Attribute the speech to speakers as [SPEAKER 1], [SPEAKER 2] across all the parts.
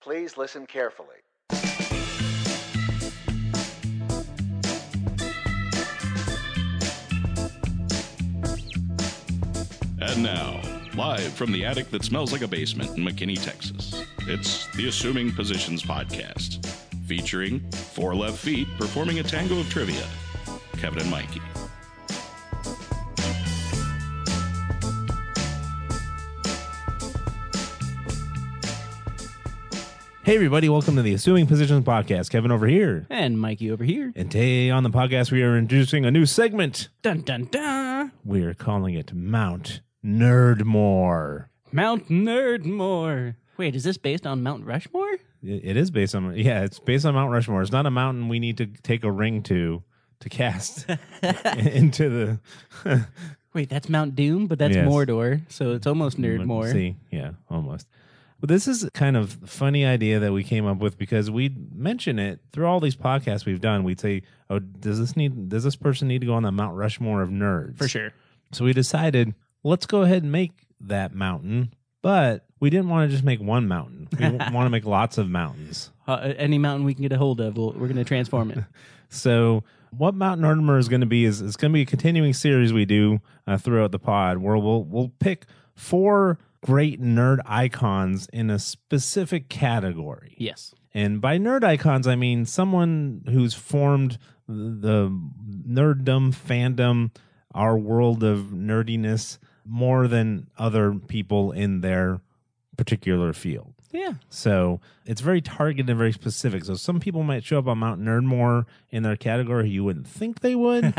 [SPEAKER 1] Please listen carefully.
[SPEAKER 2] And now, live from the attic that smells like a basement in McKinney, Texas, it's the Assuming Positions Podcast, featuring four left feet performing a tango of trivia, Kevin and Mikey.
[SPEAKER 3] Hey, everybody, welcome to the Assuming Positions Podcast. Kevin over here.
[SPEAKER 4] And Mikey over here.
[SPEAKER 3] And today on the podcast, we are introducing a new segment.
[SPEAKER 4] Dun dun dun.
[SPEAKER 3] We are calling it Mount Nerdmore.
[SPEAKER 4] Mount Nerdmore. Wait, is this based on Mount Rushmore?
[SPEAKER 3] It it is based on, yeah, it's based on Mount Rushmore. It's not a mountain we need to take a ring to to cast into the.
[SPEAKER 4] Wait, that's Mount Doom, but that's
[SPEAKER 3] Yes.
[SPEAKER 4] Mordor, so it's almost Nerdmore.
[SPEAKER 3] See, yeah, almost. But this is kind of a funny idea that we came up with because we mention it through all these podcasts we've done. We'd say, "Oh, does this need? Does this person need to go on the Mount Rushmore of nerds?"
[SPEAKER 4] For sure.
[SPEAKER 3] So we decided, let's go ahead and make that mountain, but we didn't want to just make one mountain. We want to make lots of mountains.
[SPEAKER 4] Uh, any mountain we can get a hold of, we'll, we're going to transform it.
[SPEAKER 3] So what Mount Nordmer is going to be is it's going to be a continuing series we do uh, throughout the pod where we'll we'll pick four great nerd icons in a specific category.
[SPEAKER 4] yes.
[SPEAKER 3] And by nerd icons, I mean someone who's formed the nerddom, fandom, our world of nerdiness more than other people in their particular field.
[SPEAKER 4] Yeah.
[SPEAKER 3] So it's very targeted and very specific. So some people might show up on Mount Nerdmore in their category you wouldn't think they would,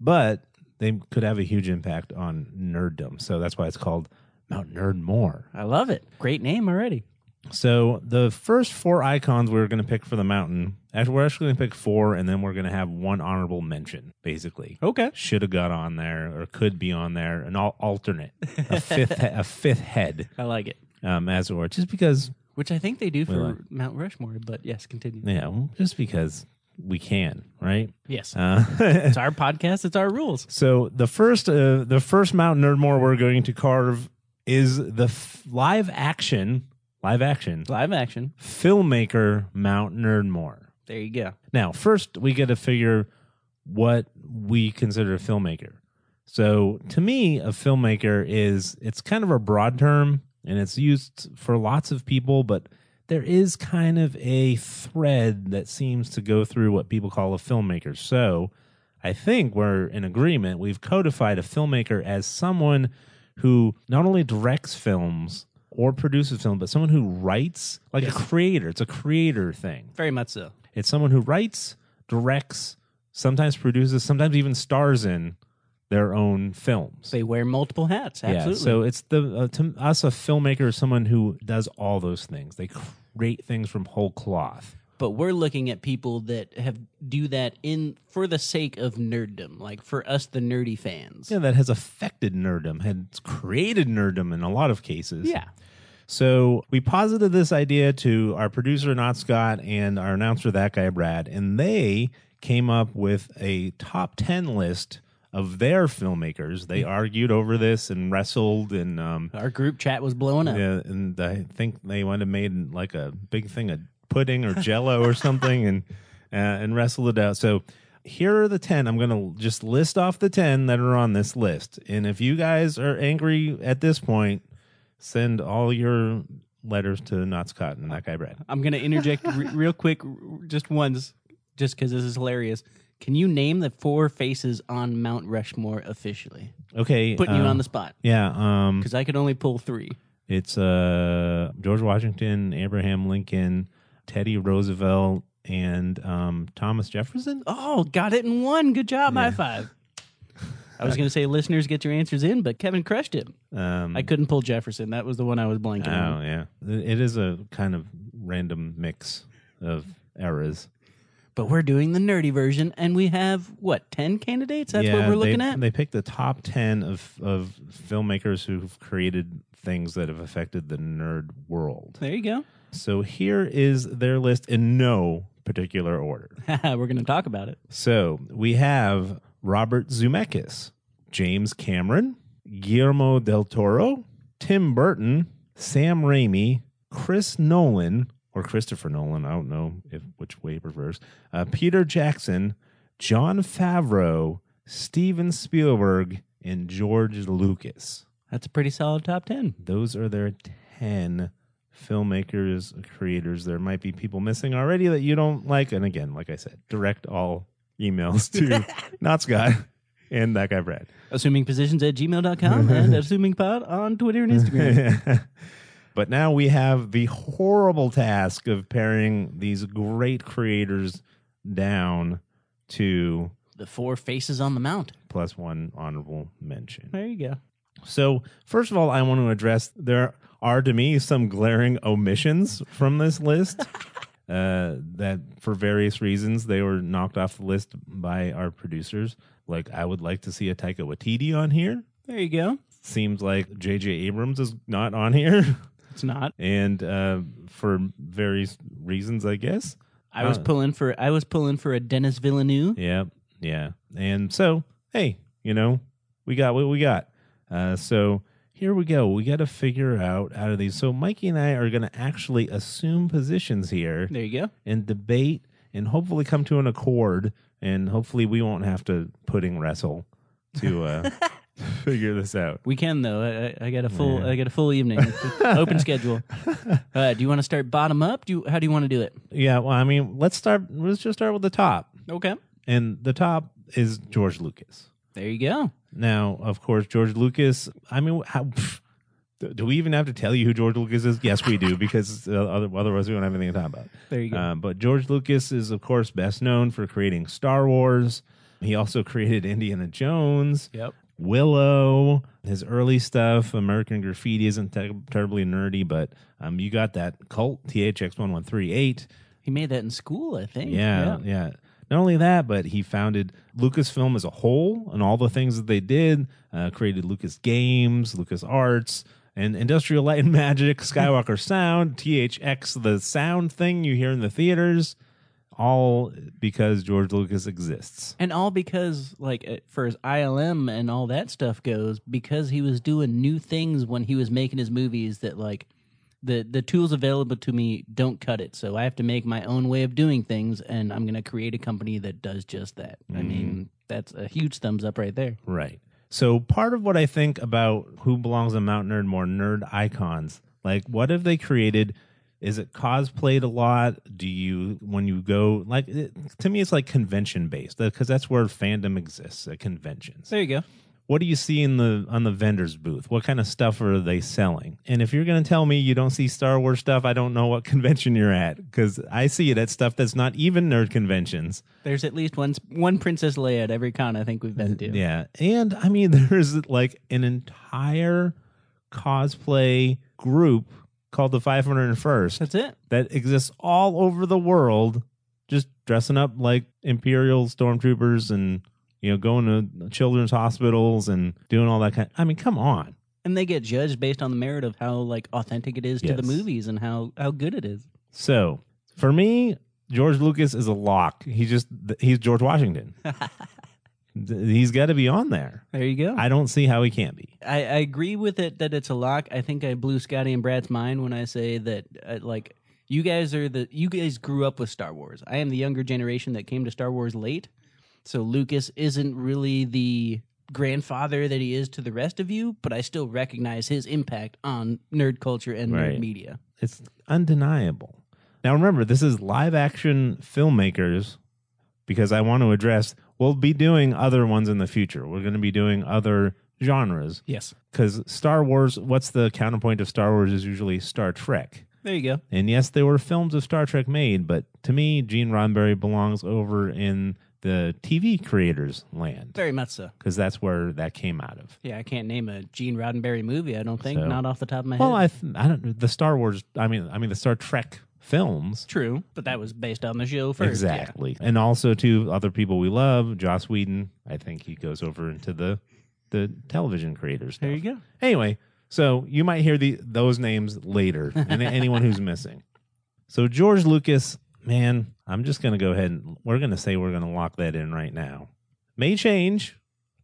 [SPEAKER 3] but they could have a huge impact on nerddom. So that's why it's called Mount Nerdmore.
[SPEAKER 4] I love it. Great name already.
[SPEAKER 3] So the first four icons we were going to pick for the mountain, actually, we're actually going to pick four, and then we're going to have one honorable mention, basically.
[SPEAKER 4] Okay.
[SPEAKER 3] Should have got on there, or could be on there, an al- alternate, a fifth, he- a fifth head,
[SPEAKER 4] I like it.
[SPEAKER 3] um, as it were, just because,
[SPEAKER 4] Which I think they do for
[SPEAKER 3] like-
[SPEAKER 4] Mount Rushmore, but yes, continue.
[SPEAKER 3] yeah, well, just because we can, right?
[SPEAKER 4] Yes.
[SPEAKER 3] Uh,
[SPEAKER 4] it's our podcast, it's our rules.
[SPEAKER 3] so the first, uh, the first Mount Nerdmore we're going to carve is the f- live action, live action
[SPEAKER 4] Live action.
[SPEAKER 3] filmmaker Mount Nerdmore.
[SPEAKER 4] There you go.
[SPEAKER 3] Now, first, we got to figure what we consider a filmmaker. So, to me, a filmmaker is it's kind of a broad term and it's used for lots of people, but there is kind of a thread that seems to go through what people call a filmmaker. So, I think we're in agreement. We've codified a filmmaker as someone who not only directs films or produces film, but someone who writes like a creator. It's a creator thing.
[SPEAKER 4] Very much so.
[SPEAKER 3] It's someone who writes, directs, sometimes produces, sometimes even stars in their own films.
[SPEAKER 4] They wear multiple hats. Absolutely.
[SPEAKER 3] Yeah, so it's the uh, to us a filmmaker is someone who does all those things. They create things from whole cloth.
[SPEAKER 4] but we're looking at people that have do that in for the sake of nerddom, like for us the nerdy fans.
[SPEAKER 3] Yeah, that has affected nerddom, has created nerddom in a lot of cases.
[SPEAKER 4] Yeah.
[SPEAKER 3] So we posited this idea to our producer, Not Scott, and our announcer, that guy, Brad, and they came up with a top 10 list of their filmmakers. They argued over this and wrestled, and um,
[SPEAKER 4] Our group chat was blowing up.
[SPEAKER 3] yeah, and I think they might have made like a big thing of pudding or jello or something and, uh, and wrestled it out. So here are the 10. I'm going to just list off the 10 that are on this list. And if you guys are angry at this point, send all your letters to Knott's Cotton and that guy Brad.
[SPEAKER 4] I'm going to interject re- real quick r- just once just cuz this is hilarious. Can you name the four faces on Mount Rushmore officially?
[SPEAKER 3] Okay,
[SPEAKER 4] Putting you
[SPEAKER 3] um,
[SPEAKER 4] on the spot
[SPEAKER 3] yeah. Um,
[SPEAKER 4] cuz I could only pull 3.
[SPEAKER 3] it's uh George Washington, Abraham Lincoln, Teddy Roosevelt, and um Thomas Jefferson.
[SPEAKER 4] Oh, got it in one. Good job. High five. I was going to say listeners get your answers in, but Kevin crushed it.
[SPEAKER 3] Um,
[SPEAKER 4] I couldn't pull Jefferson. That was the one I was blanking
[SPEAKER 3] oh
[SPEAKER 4] on.
[SPEAKER 3] yeah, it is a kind of random mix of eras.
[SPEAKER 4] But we're doing the nerdy version, and we have what ten candidates? That's what
[SPEAKER 3] Yeah,
[SPEAKER 4] we're looking
[SPEAKER 3] they,
[SPEAKER 4] at.
[SPEAKER 3] They picked the top ten of of filmmakers who've created things that have affected the nerd world.
[SPEAKER 4] there you go.
[SPEAKER 3] So here is their list in no particular order.
[SPEAKER 4] we're going to talk about it.
[SPEAKER 3] So we have Robert Zemeckis, James Cameron, Guillermo del Toro, Tim Burton, Sam Raimi, Chris Nolan, or Christopher Nolan. I don't know if which way he prefers. Uh, Peter Jackson, John Favreau, Steven Spielberg, and George Lucas.
[SPEAKER 4] That's a pretty solid top 10.
[SPEAKER 3] Those are their 10 filmmakers, creators. There might be people missing already that you don't like. And again, like I said, direct all emails to not Scott and that guy Brad.
[SPEAKER 4] Assuming positions at gmail.com and assumingpod on Twitter and Instagram.
[SPEAKER 3] but now we have the horrible task of pairing these great creators down to
[SPEAKER 4] the four faces on the mount.
[SPEAKER 3] plus one honorable mention.
[SPEAKER 4] There you go.
[SPEAKER 3] So, first of all, I want to address there are to me some glaring omissions from this list uh, that, for various reasons, they were knocked off the list by our producers. Like, I would like to see a Taika Waititi on here.
[SPEAKER 4] There you go.
[SPEAKER 3] Seems like J.J. Abrams is not on here,
[SPEAKER 4] It's not.
[SPEAKER 3] and uh, for various reasons, I guess.
[SPEAKER 4] I was
[SPEAKER 3] Uh.
[SPEAKER 4] pulling for I was pulling for a Dennis Villeneuve.
[SPEAKER 3] Yeah, yeah. And so, hey, you know, we got what we got. Uh, so here we go. We got to figure out out of these. So Mikey and I are going to actually assume positions here
[SPEAKER 4] There you go.
[SPEAKER 3] and debate and hopefully come to an accord. And hopefully we won't have to pudding wrestle to uh, figure this out.
[SPEAKER 4] We can though. I, I- I got a full
[SPEAKER 3] Yeah.
[SPEAKER 4] I got a full evening. Open schedule. Uh, do you want to start bottom up? Do you, how do you want to do it?
[SPEAKER 3] Yeah. Well, I mean, let's start. Let's just start with the top.
[SPEAKER 4] Okay.
[SPEAKER 3] And the top is George Lucas.
[SPEAKER 4] There you go.
[SPEAKER 3] Now, of course, George Lucas. I mean, how, pff, do do we even have to tell you who George Lucas is? Yes, we do, because uh, other- otherwise we don't have anything to talk about.
[SPEAKER 4] There you go.
[SPEAKER 3] Um, but George Lucas is, of course, best known for creating Star Wars. He also created Indiana Jones,
[SPEAKER 4] yep.
[SPEAKER 3] Willow, his early stuff. American Graffiti isn't ter- terribly nerdy, but um, you got that cult THX one one three eight.
[SPEAKER 4] He made that in school, I think.
[SPEAKER 3] Yeah, yeah, Not only that, but he founded Lucasfilm as a whole and all the things that they did, uh, created Lucas Games, Lucas Arts, and Industrial Light and Magic, Skywalker Sound, THX, the sound thing you hear in the theaters, all because George Lucas exists.
[SPEAKER 4] And all because, like, uh, for his ILM and all that stuff goes, because he was doing new things when he was making his movies that, like, the, the tools available to me don't cut it. So I have to make my own way of doing things, and I'm going to create a company that does just that.
[SPEAKER 3] Mm-hmm.
[SPEAKER 4] I mean, that's a huge thumbs up right there.
[SPEAKER 3] Right. So part of what I think about who belongs on Mount Nerd more nerd icons. Like what have they created? Is it cosplayed a lot? Do you when you go like it, to me it's like convention based because that's where fandom exists at conventions.
[SPEAKER 4] There you go.
[SPEAKER 3] What do you see in the on the vendor's booth? What kind of stuff are they selling? And if you're going to tell me you don't see Star Wars stuff, I don't know what convention you're at because I see it at stuff that's not even nerd conventions.
[SPEAKER 4] There's at least one, one Princess Leia at every con I think we've been to.
[SPEAKER 3] Yeah. And I mean, there's like an entire cosplay group called the 501st
[SPEAKER 4] That's it.
[SPEAKER 3] that exists all over the world, just dressing up like Imperial stormtroopers and, you know, going to children's hospitals and doing all that kind. I mean, come on.
[SPEAKER 4] And they get judged based on the merit of how, like, authentic it is to the
[SPEAKER 3] Yes.
[SPEAKER 4] movies and how, how good it is.
[SPEAKER 3] So for me, George Lucas is a lock. He just, he's George Washington. he's got to be on there.
[SPEAKER 4] There you go.
[SPEAKER 3] I don't see how he can't be.
[SPEAKER 4] I, I agree with it that it's a lock. I think I blew Scotty and Brad's mind when I say that, uh, like, you guys are the you guys grew up with Star Wars. I am the younger generation that came to Star Wars late, so Lucas isn't really the grandfather that he is to the rest of you. But I still recognize his impact on nerd culture and
[SPEAKER 3] Right.
[SPEAKER 4] nerd media.
[SPEAKER 3] It's undeniable. Now remember, this is live action filmmakers because I want to address we'll be doing other ones in the future. We're going to be doing other genres
[SPEAKER 4] Yes,
[SPEAKER 3] cuz Star Wars what's the counterpoint of Star Wars is usually Star Trek.
[SPEAKER 4] there you go.
[SPEAKER 3] And yes, there were films of Star Trek made, but to me Gene Roddenberry belongs over in the TV creators land
[SPEAKER 4] Very much so.
[SPEAKER 3] cuz that's where that came out of.
[SPEAKER 4] Yeah, I can't name a Gene Roddenberry movie. I don't think,
[SPEAKER 3] So-
[SPEAKER 4] not off the top of my
[SPEAKER 3] Well,
[SPEAKER 4] head.
[SPEAKER 3] I th- I don't the Star Wars I mean I mean the Star Trek films
[SPEAKER 4] True, but that was based on the show first. yeah.
[SPEAKER 3] Exactly. And also to other people we love, Joss Whedon. I think he goes over into the the television creators.
[SPEAKER 4] There you go.
[SPEAKER 3] Anyway, so you might hear the those names later, and anyone who's missing. So George Lucas, man, I'm just gonna go ahead and we're gonna say we're gonna lock that in right now. May change.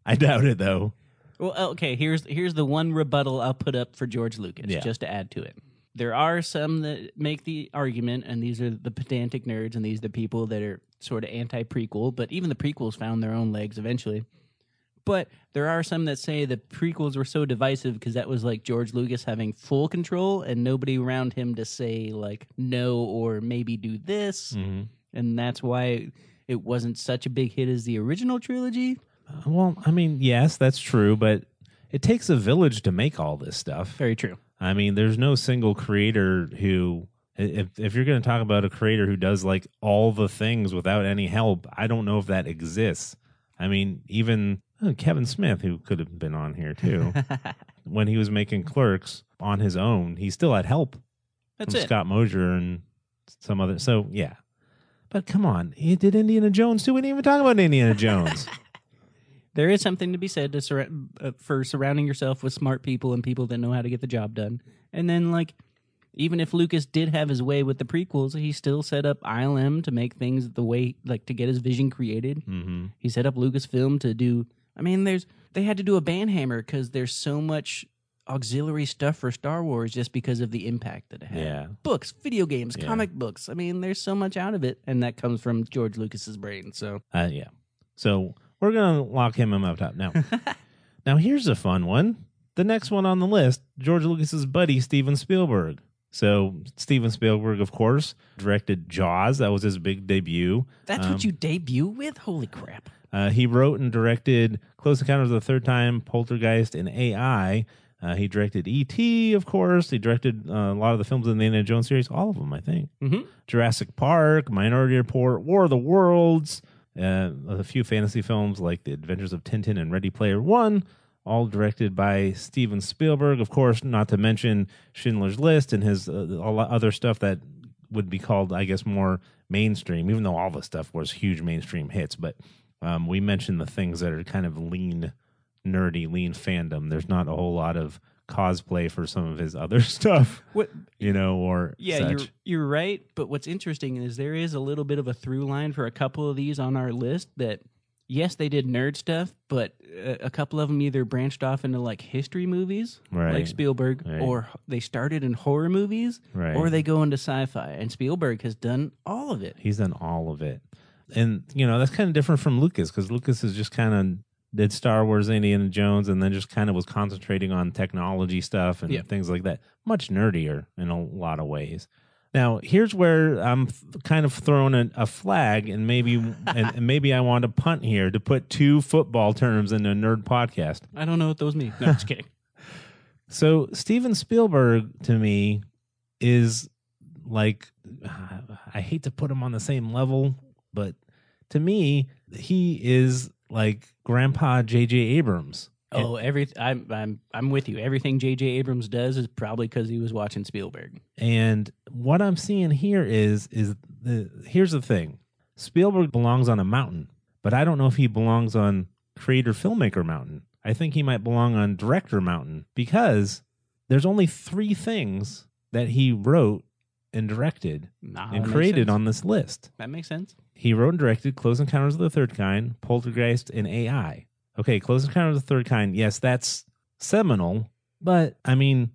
[SPEAKER 3] I doubt it though.
[SPEAKER 4] uh, Well, okay. Here's here's the one rebuttal I'll put up for George Lucas,
[SPEAKER 3] Yeah.
[SPEAKER 4] just to add to it. there are some that make the argument, and these are the pedantic nerds, and these are the people that are sort of anti prequel, but even the prequels found their own legs eventually. But there are some that say the prequels were so divisive because that was like George Lucas having full control and nobody around him to say, like, no, or maybe do this.
[SPEAKER 3] hmm
[SPEAKER 4] And that's why it wasn't such a big hit as the original trilogy.
[SPEAKER 3] Well, I mean, yes, that's true, but it takes a village to make all this stuff.
[SPEAKER 4] Very true.
[SPEAKER 3] I mean, there's no single creator who if if you're going to talk about a creator who does like all the things without any help, I don't know if that exists. I mean, even oh, Kevin Smith who could have been on here too when he was making Clerks on his own, he still had help
[SPEAKER 4] That's
[SPEAKER 3] from
[SPEAKER 4] it.
[SPEAKER 3] Scott Mosier and some other. So, yeah. But come on, he did Indiana Jones too. We didn't even talk about Indiana Jones.
[SPEAKER 4] There is something to be said to surra- uh, for surrounding yourself with smart people and people that know how to get the job done. And then, like, even if Lucas did have his way with the prequels, he still set up ILM to make things the way, like, to get his vision created.
[SPEAKER 3] hmm
[SPEAKER 4] He set up Lucasfilm to do. I mean, there's they had to do a banhammer because there's so much auxiliary stuff for Star Wars just because of the impact that it had.
[SPEAKER 3] Yeah.
[SPEAKER 4] Books, video games,
[SPEAKER 3] Yeah.
[SPEAKER 4] comic books. I mean, there's so much out of it, and that comes from George Lucas's brain. So
[SPEAKER 3] Uh, yeah. So we're gonna lock him up top now. now here's a fun one. The next one on the list, George Lucas's buddy Steven Spielberg. So Steven Spielberg, of course, directed Jaws. That was his big debut.
[SPEAKER 4] that's
[SPEAKER 3] Um,
[SPEAKER 4] what you debut with. Holy crap!
[SPEAKER 3] Uh, he wrote and directed Close Encounters of the Third Time, Poltergeist, and AI. Uh, he directed E.T., of course. He directed uh, a lot of the films in the Indiana Jones series, all of them, I think.
[SPEAKER 4] Mhm.
[SPEAKER 3] Jurassic Park, Minority Report, War of the Worlds, uh, a few fantasy films like The Adventures of Tintin and Ready Player One, all directed by Steven Spielberg. Of course, not to mention Schindler's List and his uh, all other stuff that would be called, I guess, more mainstream, even though all the stuff was huge mainstream hits. But um, we mentioned the things that are kind of lean, nerdy, lean fandom. There's not a whole lot of cosplay for some of his other stuff,
[SPEAKER 4] What?
[SPEAKER 3] you know, or
[SPEAKER 4] Yeah,
[SPEAKER 3] such.
[SPEAKER 4] you're you're right. But what's interesting is there is a little bit of a through line for a couple of these on our list that. Yes, they did nerd stuff, but uh, a couple of them either branched off into like history movies,
[SPEAKER 3] right,
[SPEAKER 4] like Spielberg,
[SPEAKER 3] Right.
[SPEAKER 4] or they started in horror movies,
[SPEAKER 3] right.
[SPEAKER 4] or they go into sci-fi. And Spielberg has done all of it.
[SPEAKER 3] He's done all of it. And, you know, that's kind of different from Lucas because Lucas is just kind of did Star Wars, Indiana Jones, and then just kind of was concentrating on technology stuff and
[SPEAKER 4] Yeah.
[SPEAKER 3] things like that. Much nerdier in a lot of ways. Now, here's where I'm f- kind of throwing a, a flag, and maybe and, and maybe I want to punt here to put two football terms in a nerd podcast.
[SPEAKER 4] I don't know what those mean. No, just kidding.
[SPEAKER 3] So Steven Spielberg to me is like I hate to put him on the same level, but to me he is like Grandpa J.J. Abrams.
[SPEAKER 4] Oh, every I'm I'm I'm with you. Everything J.J. Abrams does is probably because he was watching Spielberg.
[SPEAKER 3] And what I'm seeing here is is the here's the thing. Spielberg belongs on a mountain, but I don't know if he belongs on creator filmmaker mountain. I think he might belong on director mountain because there's only 3 things that he wrote and directed
[SPEAKER 4] Nah, Ah, that
[SPEAKER 3] and
[SPEAKER 4] makes
[SPEAKER 3] created
[SPEAKER 4] sense.
[SPEAKER 3] on this list.
[SPEAKER 4] that makes sense.
[SPEAKER 3] He wrote and directed Close Encounters of the Third Kind, Poltergeist, and AI. Okay, Close Encounters of the Third Kind. Yes, that's seminal, but I mean,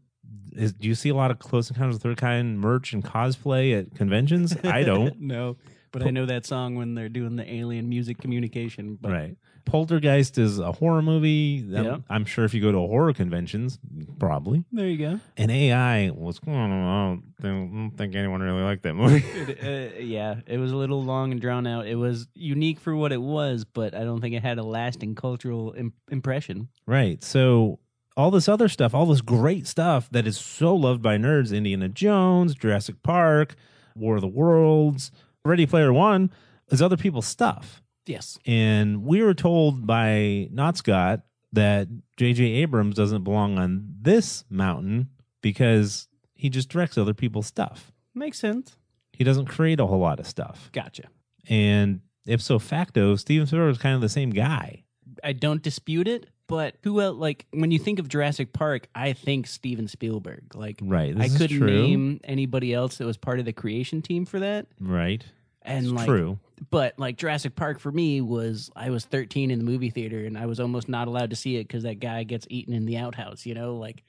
[SPEAKER 3] is, do you see a lot of Close Encounters of the Third Kind merch and cosplay at conventions? I don't.
[SPEAKER 4] no, but I know that song when they're doing the alien music communication. But
[SPEAKER 3] right. Poltergeist is a horror movie. I'm,
[SPEAKER 4] Yeah.
[SPEAKER 3] I'm sure if you go to horror conventions, probably.
[SPEAKER 4] there you go.
[SPEAKER 3] And AI was, I don't, know, I don't- I don't think anyone really liked that movie.
[SPEAKER 4] It, uh, yeah, it was a little long and drawn out. It was unique for what it was, but I don't think it had a lasting cultural Im- impression.
[SPEAKER 3] Right. So all this other stuff, all this great stuff that is so loved by nerds, Indiana Jones, Jurassic Park, War of the Worlds, Ready Player One, is other people's stuff.
[SPEAKER 4] Yes.
[SPEAKER 3] And we were told by Not Scott that J.J. Abrams doesn't belong on this mountain because he just directs other people's stuff.
[SPEAKER 4] Makes sense.
[SPEAKER 3] He doesn't create a whole lot of stuff.
[SPEAKER 4] Gotcha.
[SPEAKER 3] And ipso facto, Steven Spielberg is kind of the same guy.
[SPEAKER 4] I don't dispute it, but who else? Like when you think of Jurassic Park, I think Steven Spielberg. Like
[SPEAKER 3] Right. This
[SPEAKER 4] I
[SPEAKER 3] is
[SPEAKER 4] couldn't
[SPEAKER 3] true.
[SPEAKER 4] name anybody else that was part of the creation team for that.
[SPEAKER 3] Right.
[SPEAKER 4] And
[SPEAKER 3] It's
[SPEAKER 4] like,
[SPEAKER 3] true.
[SPEAKER 4] but like Jurassic Park for me was I was 13 in the movie theater and I was almost not allowed to see it because that guy gets eaten in the outhouse. You know, like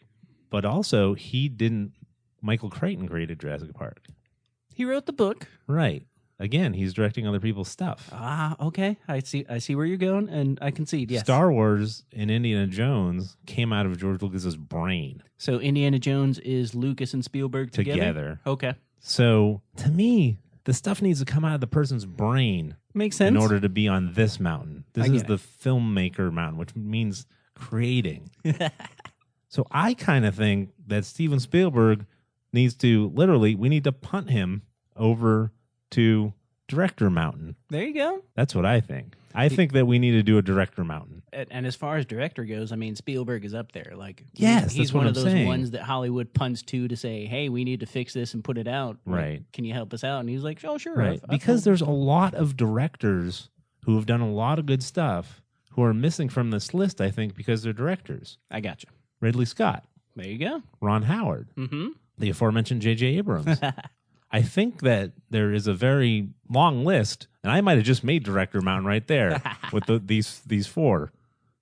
[SPEAKER 3] but also he didn't Michael Crichton created Jurassic Park.
[SPEAKER 4] He wrote the book.
[SPEAKER 3] Right. Again, he's directing other people's stuff.
[SPEAKER 4] Ah, okay. I see. I see where you're going, and I concede. Yes.
[SPEAKER 3] Star Wars and Indiana Jones came out of George Lucas's brain
[SPEAKER 4] so Indiana Jones is Lucas and Spielberg together.
[SPEAKER 3] together.
[SPEAKER 4] Okay,
[SPEAKER 3] So to me, the stuff needs to come out of the person's brain
[SPEAKER 4] makes sense.
[SPEAKER 3] in order to be on this mountain. This
[SPEAKER 4] I get
[SPEAKER 3] is
[SPEAKER 4] it.
[SPEAKER 3] the filmmaker mountain, which means creating. so I kind of think that Steven Spielberg needs to literally, we need to punt him over to director mountain.
[SPEAKER 4] there you go.
[SPEAKER 3] That's what I think. I think that we need to do a director mountain.
[SPEAKER 4] And, and as far as director goes, I mean Spielberg is up there. Like,
[SPEAKER 3] Yes,
[SPEAKER 4] he's
[SPEAKER 3] that's what
[SPEAKER 4] one of
[SPEAKER 3] I'm
[SPEAKER 4] those
[SPEAKER 3] saying.
[SPEAKER 4] ones that Hollywood punts to to say, "Hey, we need to fix this and put it out. Like,
[SPEAKER 3] Right.
[SPEAKER 4] can you help us out?" And he's like, "Oh, sure."
[SPEAKER 3] Right.
[SPEAKER 4] I've- I've
[SPEAKER 3] Because
[SPEAKER 4] told-"
[SPEAKER 3] there's a lot of directors who have done a lot of good stuff who are missing from this list, I think, because they're directors.
[SPEAKER 4] I got you.
[SPEAKER 3] Ridley Scott,
[SPEAKER 4] There you go.
[SPEAKER 3] Ron Howard,
[SPEAKER 4] Mm-hmm.
[SPEAKER 3] the aforementioned J.J. Abrams. I think that there is a very long list, and I might have just made Director Mountain right there with the, these these four.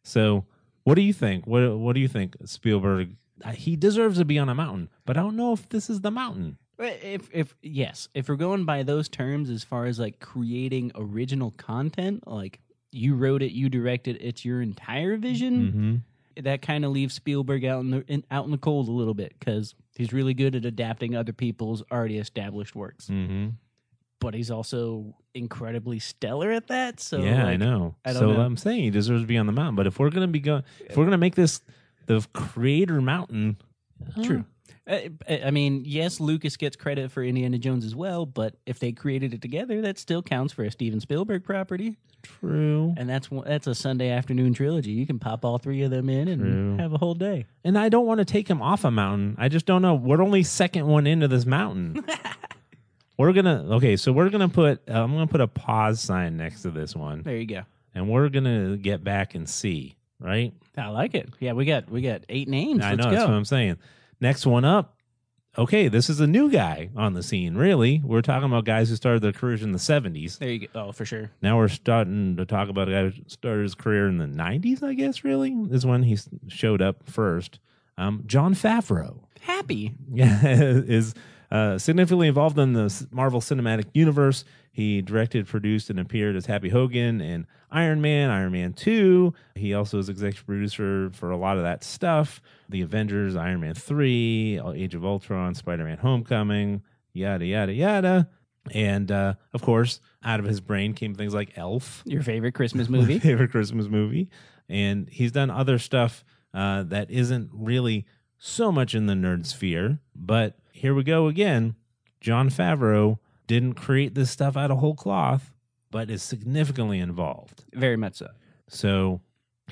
[SPEAKER 3] So, what do you think? What what do you think, Spielberg? Uh, He deserves to be on a mountain, but I don't know if this is the mountain.
[SPEAKER 4] If if yes, if we're going by those terms as far as like creating original content, like you wrote it, you directed, it, it's your entire vision.
[SPEAKER 3] Mm-hmm.
[SPEAKER 4] That kind of leaves Spielberg out in the in, out in the cold a little bit because he's really good at adapting other people's already established works,
[SPEAKER 3] Mm-hmm.
[SPEAKER 4] but he's also incredibly stellar at that. So
[SPEAKER 3] yeah, I
[SPEAKER 4] like,
[SPEAKER 3] know.
[SPEAKER 4] I don't
[SPEAKER 3] so
[SPEAKER 4] know.
[SPEAKER 3] I'm saying he deserves to be on the mountain. But if we're gonna be going, if we're gonna make this the creator mountain,
[SPEAKER 4] True. I, Uh, I- I mean, yes, Lucas gets credit for Indiana Jones as well, but if they created it together, that still counts for a Steven Spielberg property.
[SPEAKER 3] true.
[SPEAKER 4] and that's one- that's a Sunday afternoon trilogy. You can pop all three of them in and
[SPEAKER 3] True.
[SPEAKER 4] have a whole day.
[SPEAKER 3] And I don't want to take him off a mountain. I just don't know. We're only second one into this mountain. we're gonna okay. So we're gonna put. Uh, I'm gonna put a pause sign next to this one,
[SPEAKER 4] There you go.
[SPEAKER 3] and we're gonna get back and see. Right?
[SPEAKER 4] I like it. Yeah, we got we got eight names.
[SPEAKER 3] I
[SPEAKER 4] Let's
[SPEAKER 3] know that's what
[SPEAKER 4] go.
[SPEAKER 3] I'm saying. Next one up. Okay, this is a new guy on the scene. Really, we're talking about guys who started their careers in the 70s.
[SPEAKER 4] There you go. Oh, for sure.
[SPEAKER 3] Now we're starting to talk about a guy who started his career in the 90s. I guess really is when he s- showed up first. Um, John Favreau.
[SPEAKER 4] Happy.
[SPEAKER 3] yeah, is uh, significantly involved in the s- Marvel Cinematic Universe. He directed, produced, and appeared as Happy Hogan in Iron Man, Iron Man 2. He also is executive producer for a lot of that stuff The Avengers, Iron Man 3, Age of Ultron, Spider Man Homecoming, yada, yada, yada. And uh, of course, out of his brain came things like Elf
[SPEAKER 4] Your favorite Christmas
[SPEAKER 3] my
[SPEAKER 4] movie.
[SPEAKER 3] favorite Christmas movie. And he's done other stuff uh, that isn't really so much in the nerd sphere. But here we go again. John Favreau didn't create this stuff out of whole cloth, but is significantly involved.
[SPEAKER 4] Very much so.
[SPEAKER 3] So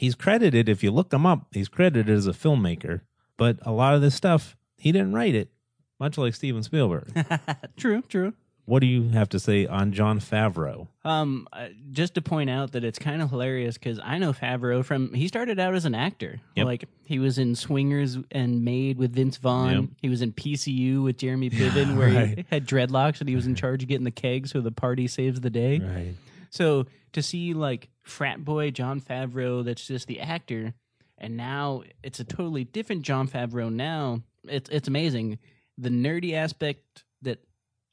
[SPEAKER 3] he's credited, if you look him up, he's credited as a filmmaker. But a lot of this stuff, he didn't write it, much like Steven Spielberg.
[SPEAKER 4] true. True.
[SPEAKER 3] what do you have to say on John Favreau?
[SPEAKER 4] Um, uh, just to point out that it's kind of hilarious because I know Favreau from he started out as an actor.
[SPEAKER 3] Yep.
[SPEAKER 4] Like he was in Swingers and Made with Vince Vaughn.
[SPEAKER 3] Yep.
[SPEAKER 4] He was in PCU with Jeremy Piven, where he
[SPEAKER 3] right.
[SPEAKER 4] had dreadlocks and he was in charge of getting the kegs so the party saves the day.
[SPEAKER 3] Right.
[SPEAKER 4] So to see like frat boy John Favreau, that's just the actor, and now it's a totally different John Favreau. Now it's it's amazing the nerdy aspect that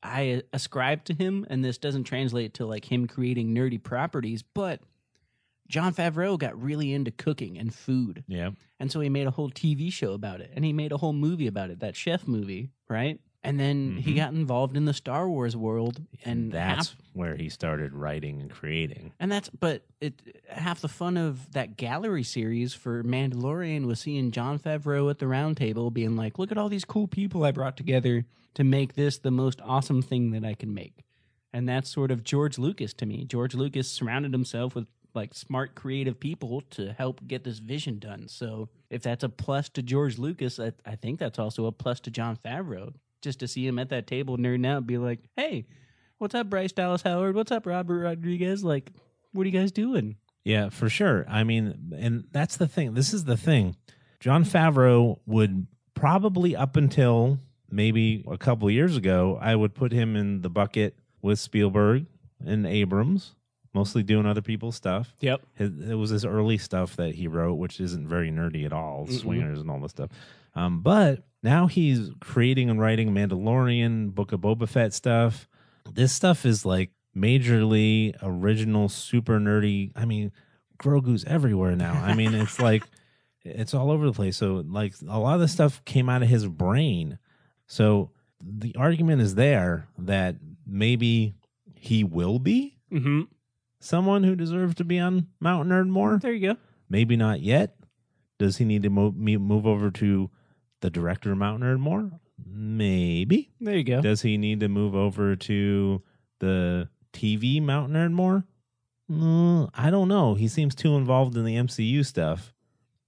[SPEAKER 4] I ascribe to him, and this doesn't translate to like him creating nerdy properties, but. John Favreau got really into cooking and food.
[SPEAKER 3] Yeah.
[SPEAKER 4] And so he made a whole TV show about it. And he made a whole movie about it, that chef movie, right? And then he
[SPEAKER 3] Mhm.
[SPEAKER 4] got involved in the Star Wars world. And,
[SPEAKER 3] And that's
[SPEAKER 4] half-
[SPEAKER 3] where he started writing and creating.
[SPEAKER 4] and that's but it half the fun of that gallery series for Mandalorian was seeing John Favreau at the round table being like, "Look at all these cool people I brought together to make this the most awesome thing that I can make." And that's sort of George Lucas to me. George Lucas surrounded himself with like smart creative people to help get this vision done. So, if that's a plus to George Lucas, I, I think that's also a plus to John Favreau. Just to see him at that table nerding out and be like, "Hey, what's up Bryce Dallas Howard? What's up Robert Rodriguez?" like what are you guys doing?
[SPEAKER 3] Yeah, for sure. I mean, and that's the thing. This is the thing. John Favreau would probably up until maybe a couple years ago, I would put him in the bucket with Spielberg and Abrams, mostly doing other people's stuff.
[SPEAKER 4] Yep.
[SPEAKER 3] His, it was his early stuff that he wrote, which isn't very nerdy at all,
[SPEAKER 4] Mm-mm.
[SPEAKER 3] swingers and all this stuff. Um, but now he's creating and writing Mandalorian, Book of Boba Fett stuff. This stuff is like majorly original, super nerdy. I mean, Grogu's everywhere now. I mean, it's like it's all over the place. So like a lot of the stuff came out of his brain. So the argument is there that maybe he will be
[SPEAKER 4] Mm-hmm.
[SPEAKER 3] someone who deserves to be on Mount Nerd more.
[SPEAKER 4] There you go.
[SPEAKER 3] Maybe not yet. Does he need to move, move over to the director of Mount Nerd more? Maybe.
[SPEAKER 4] There you go.
[SPEAKER 3] Does he need to move over to the TV Mount Nerd more? Mm, I don't know. He seems too involved in the MCU stuff.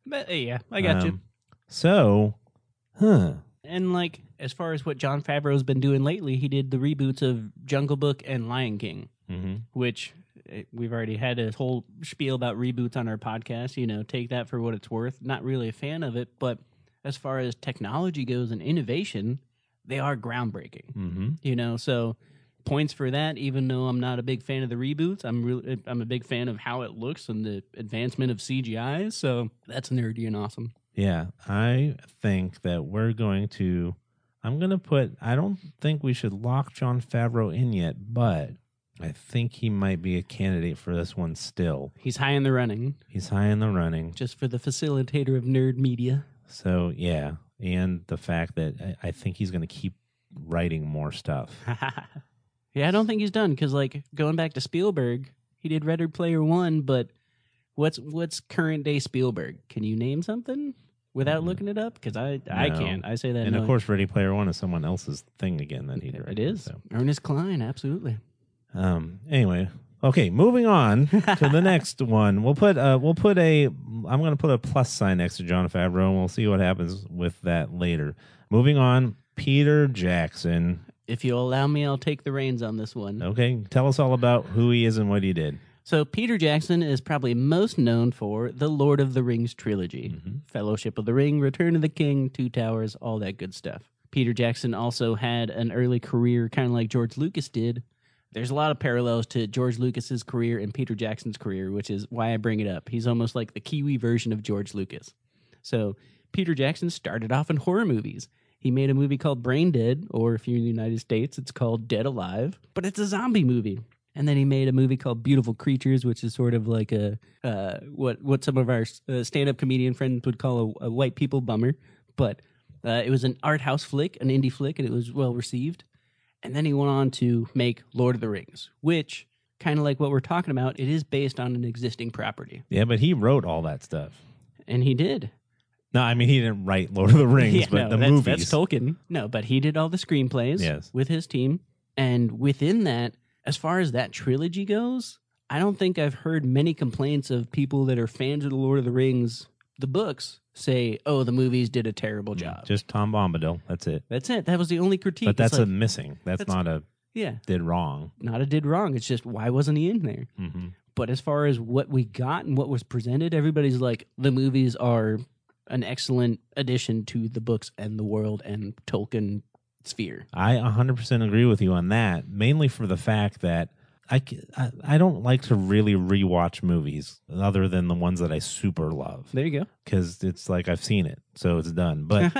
[SPEAKER 4] But, uh, yeah, I got you.
[SPEAKER 3] Um, So, huh.
[SPEAKER 4] And like as far as what John Favreau's been doing lately, he did the reboots of Jungle Book and Lion King,
[SPEAKER 3] Mm-hmm.
[SPEAKER 4] which eh, we've already had a whole spiel about reboots on our podcast. You know, take that for what it's worth. Not really a fan of it, but as far as technology goes and innovation, they are groundbreaking.
[SPEAKER 3] Mm-hmm.
[SPEAKER 4] you know so points for that even though i'm not a big fan of the reboots i'm really i'm a big fan of how it looks and the advancement of cgi so that's nerdy and awesome
[SPEAKER 3] Yeah, I think that we're going to. I'm going to put. I don't think we should lock John Favreau in yet, but I think he might be a candidate for this one still.
[SPEAKER 4] he's high in the running
[SPEAKER 3] He's high in the running.
[SPEAKER 4] just for the facilitator of nerd media
[SPEAKER 3] So, yeah. And the fact that I, I think he's going to keep writing more stuff.
[SPEAKER 4] yeah i don't think he's done because like going back to spielberg he did Ready player one but what's what's current day spielberg can you name something without
[SPEAKER 3] Mm.
[SPEAKER 4] looking it up because i i
[SPEAKER 3] No.
[SPEAKER 4] can't i say that
[SPEAKER 3] And of
[SPEAKER 4] knowing-
[SPEAKER 3] course, Ready Player One is someone else's thing again that he
[SPEAKER 4] it
[SPEAKER 3] directed.
[SPEAKER 4] is
[SPEAKER 3] So,
[SPEAKER 4] ernest klein absolutely
[SPEAKER 3] um, anyway, okay, moving on. to the next one. We'll put uh we'll put a I'm gonna put a plus sign next to John Favreau and we'll see what happens with that later. Moving on, Peter Jackson.
[SPEAKER 4] if you'll allow me, I'll take the reins on this one.
[SPEAKER 3] Okay, tell us all about who he is and what he did.
[SPEAKER 4] So, Peter Jackson is probably most known for the Lord of the Rings trilogy Fellowship of the Ring, Return of the King, Two Towers, all that good stuff. Peter Jackson also had an early career, kind of like George Lucas did. There's a lot of parallels to George Lucas's career and Peter Jackson's career, which is why I bring it up. He's almost like the Kiwi version of George Lucas. So, Peter Jackson started off in horror movies. He made a movie called Brain Dead, or if you're in the United States, it's called Dead Alive, but it's a zombie movie. And then he made a movie called Beautiful Creatures, which is sort of like a uh, what what some of our uh, stand up comedian friends would call a, a white people bummer, but uh, it was an art house flick, an indie flick, and it was well received. And then he went on to make Lord of the Rings, which kind of like what we're talking about, it is based on an existing property,
[SPEAKER 3] Yeah, but he wrote all that stuff.
[SPEAKER 4] and he did.
[SPEAKER 3] No, I mean he didn't write Lord of the Rings,
[SPEAKER 4] Yeah,
[SPEAKER 3] but
[SPEAKER 4] no,
[SPEAKER 3] the
[SPEAKER 4] that's,
[SPEAKER 3] movies.
[SPEAKER 4] That's Tolkien. No, but he did all the screenplays
[SPEAKER 3] Yes.
[SPEAKER 4] with his team. And within that, as far as that trilogy goes, I don't think I've heard many complaints of people that are fans of the Lord of the Rings, the books, say, oh, the movies did a terrible job.
[SPEAKER 3] Just Tom Bombadil. That's it.
[SPEAKER 4] that's it. That was the only critique.
[SPEAKER 3] But
[SPEAKER 4] It's
[SPEAKER 3] that's a
[SPEAKER 4] like,
[SPEAKER 3] missing. That's,
[SPEAKER 4] that's-
[SPEAKER 3] not a
[SPEAKER 4] yeah,
[SPEAKER 3] did wrong.
[SPEAKER 4] not a did wrong. It's just, why wasn't he in there?
[SPEAKER 3] Mm-hmm.
[SPEAKER 4] But as far as what we got and what was presented, everybody's like, the movies are an excellent addition to the books and the world and Tolkien sphere.
[SPEAKER 3] I 100% agree with you on that, mainly for the fact that I, c- I- I don't like to really rewatch movies other than the ones that I super love
[SPEAKER 4] There you go.
[SPEAKER 3] because it's like I've seen it, so it's done. But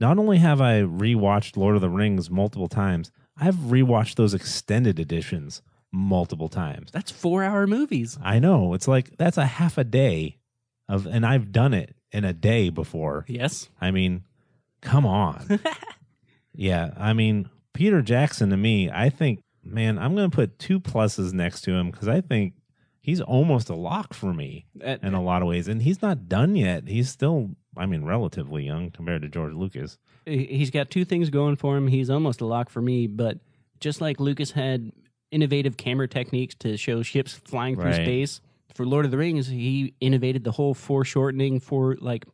[SPEAKER 3] not only have I rewatched Lord of the Rings multiple times, I've rewatched those extended editions multiple times.
[SPEAKER 4] That's four hour movies.
[SPEAKER 3] I know it's like that's a half a day of, and I've done it in a day before.
[SPEAKER 4] Yes.
[SPEAKER 3] I mean, come on. yeah, I mean, Peter Jackson to me, I think, man, I'm going to put two pluses next to him because I think he's almost a lock for me in a lot of ways. And he's not done yet. He's still, I mean, relatively young compared to George Lucas.
[SPEAKER 4] he's got two things going for him. He's almost a lock for me, but just like Lucas had innovative camera techniques to show ships flying through
[SPEAKER 3] Right.
[SPEAKER 4] space, for Lord of the Rings, he innovated the whole foreshortening for like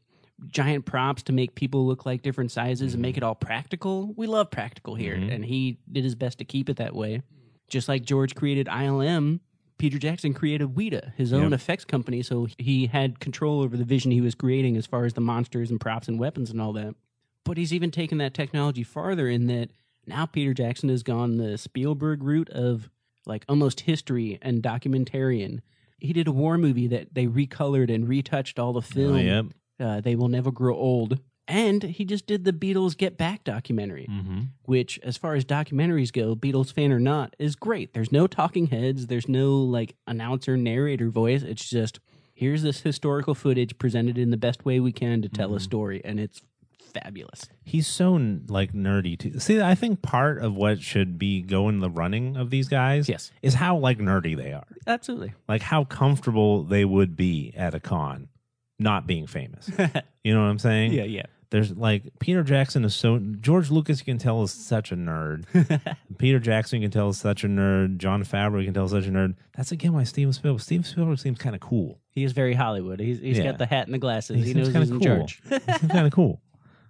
[SPEAKER 4] giant props to make people look like different sizes and make it all practical. We love practical here,
[SPEAKER 3] Mhm.
[SPEAKER 4] and he did his best to keep it that way. Just like George created ILM, Peter Jackson created Weta, his own
[SPEAKER 3] Yep.
[SPEAKER 4] effects company, so he had control over the vision he was creating as far as the monsters and props and weapons and all that. But he's even taken that technology farther in that now Peter Jackson has gone the Spielberg route of like almost history and documentarian. He did a war movie that they recolored and retouched all the film.
[SPEAKER 3] Oh, yep.
[SPEAKER 4] Uh, they will never grow old. And he just did the Beatles Get Back documentary,
[SPEAKER 3] Mm-hmm.
[SPEAKER 4] which, as far as documentaries go, Beatles fan or not, is great. There's no talking heads, there's no like announcer, narrator voice. It's just here's this historical footage presented in the best way we can to tell a
[SPEAKER 3] Mhm.
[SPEAKER 4] story, and it's fabulous.
[SPEAKER 3] He's so n- like nerdy too. See, I think part of what should be going the running of these guys
[SPEAKER 4] Yes,
[SPEAKER 3] is how like nerdy they are,
[SPEAKER 4] absolutely.
[SPEAKER 3] like how comfortable they would be at a con, not being famous.
[SPEAKER 4] yeah,
[SPEAKER 3] You know what I'm saying?
[SPEAKER 4] yeah.
[SPEAKER 3] There's like Peter Jackson is so George Lucas you can tell is such a nerd. Peter Jackson you can tell is such a nerd. John Favreau you can tell is such a nerd. That's again why Steven Spielberg. Steven Spielberg seems kind of cool.
[SPEAKER 4] he is very Hollywood. He's, he's
[SPEAKER 3] Yeah.
[SPEAKER 4] got the hat and the glasses.
[SPEAKER 3] He
[SPEAKER 4] He,
[SPEAKER 3] seems
[SPEAKER 4] knows
[SPEAKER 3] kinda
[SPEAKER 4] he's in
[SPEAKER 3] cool.
[SPEAKER 4] charge.
[SPEAKER 3] Seems kind of cool,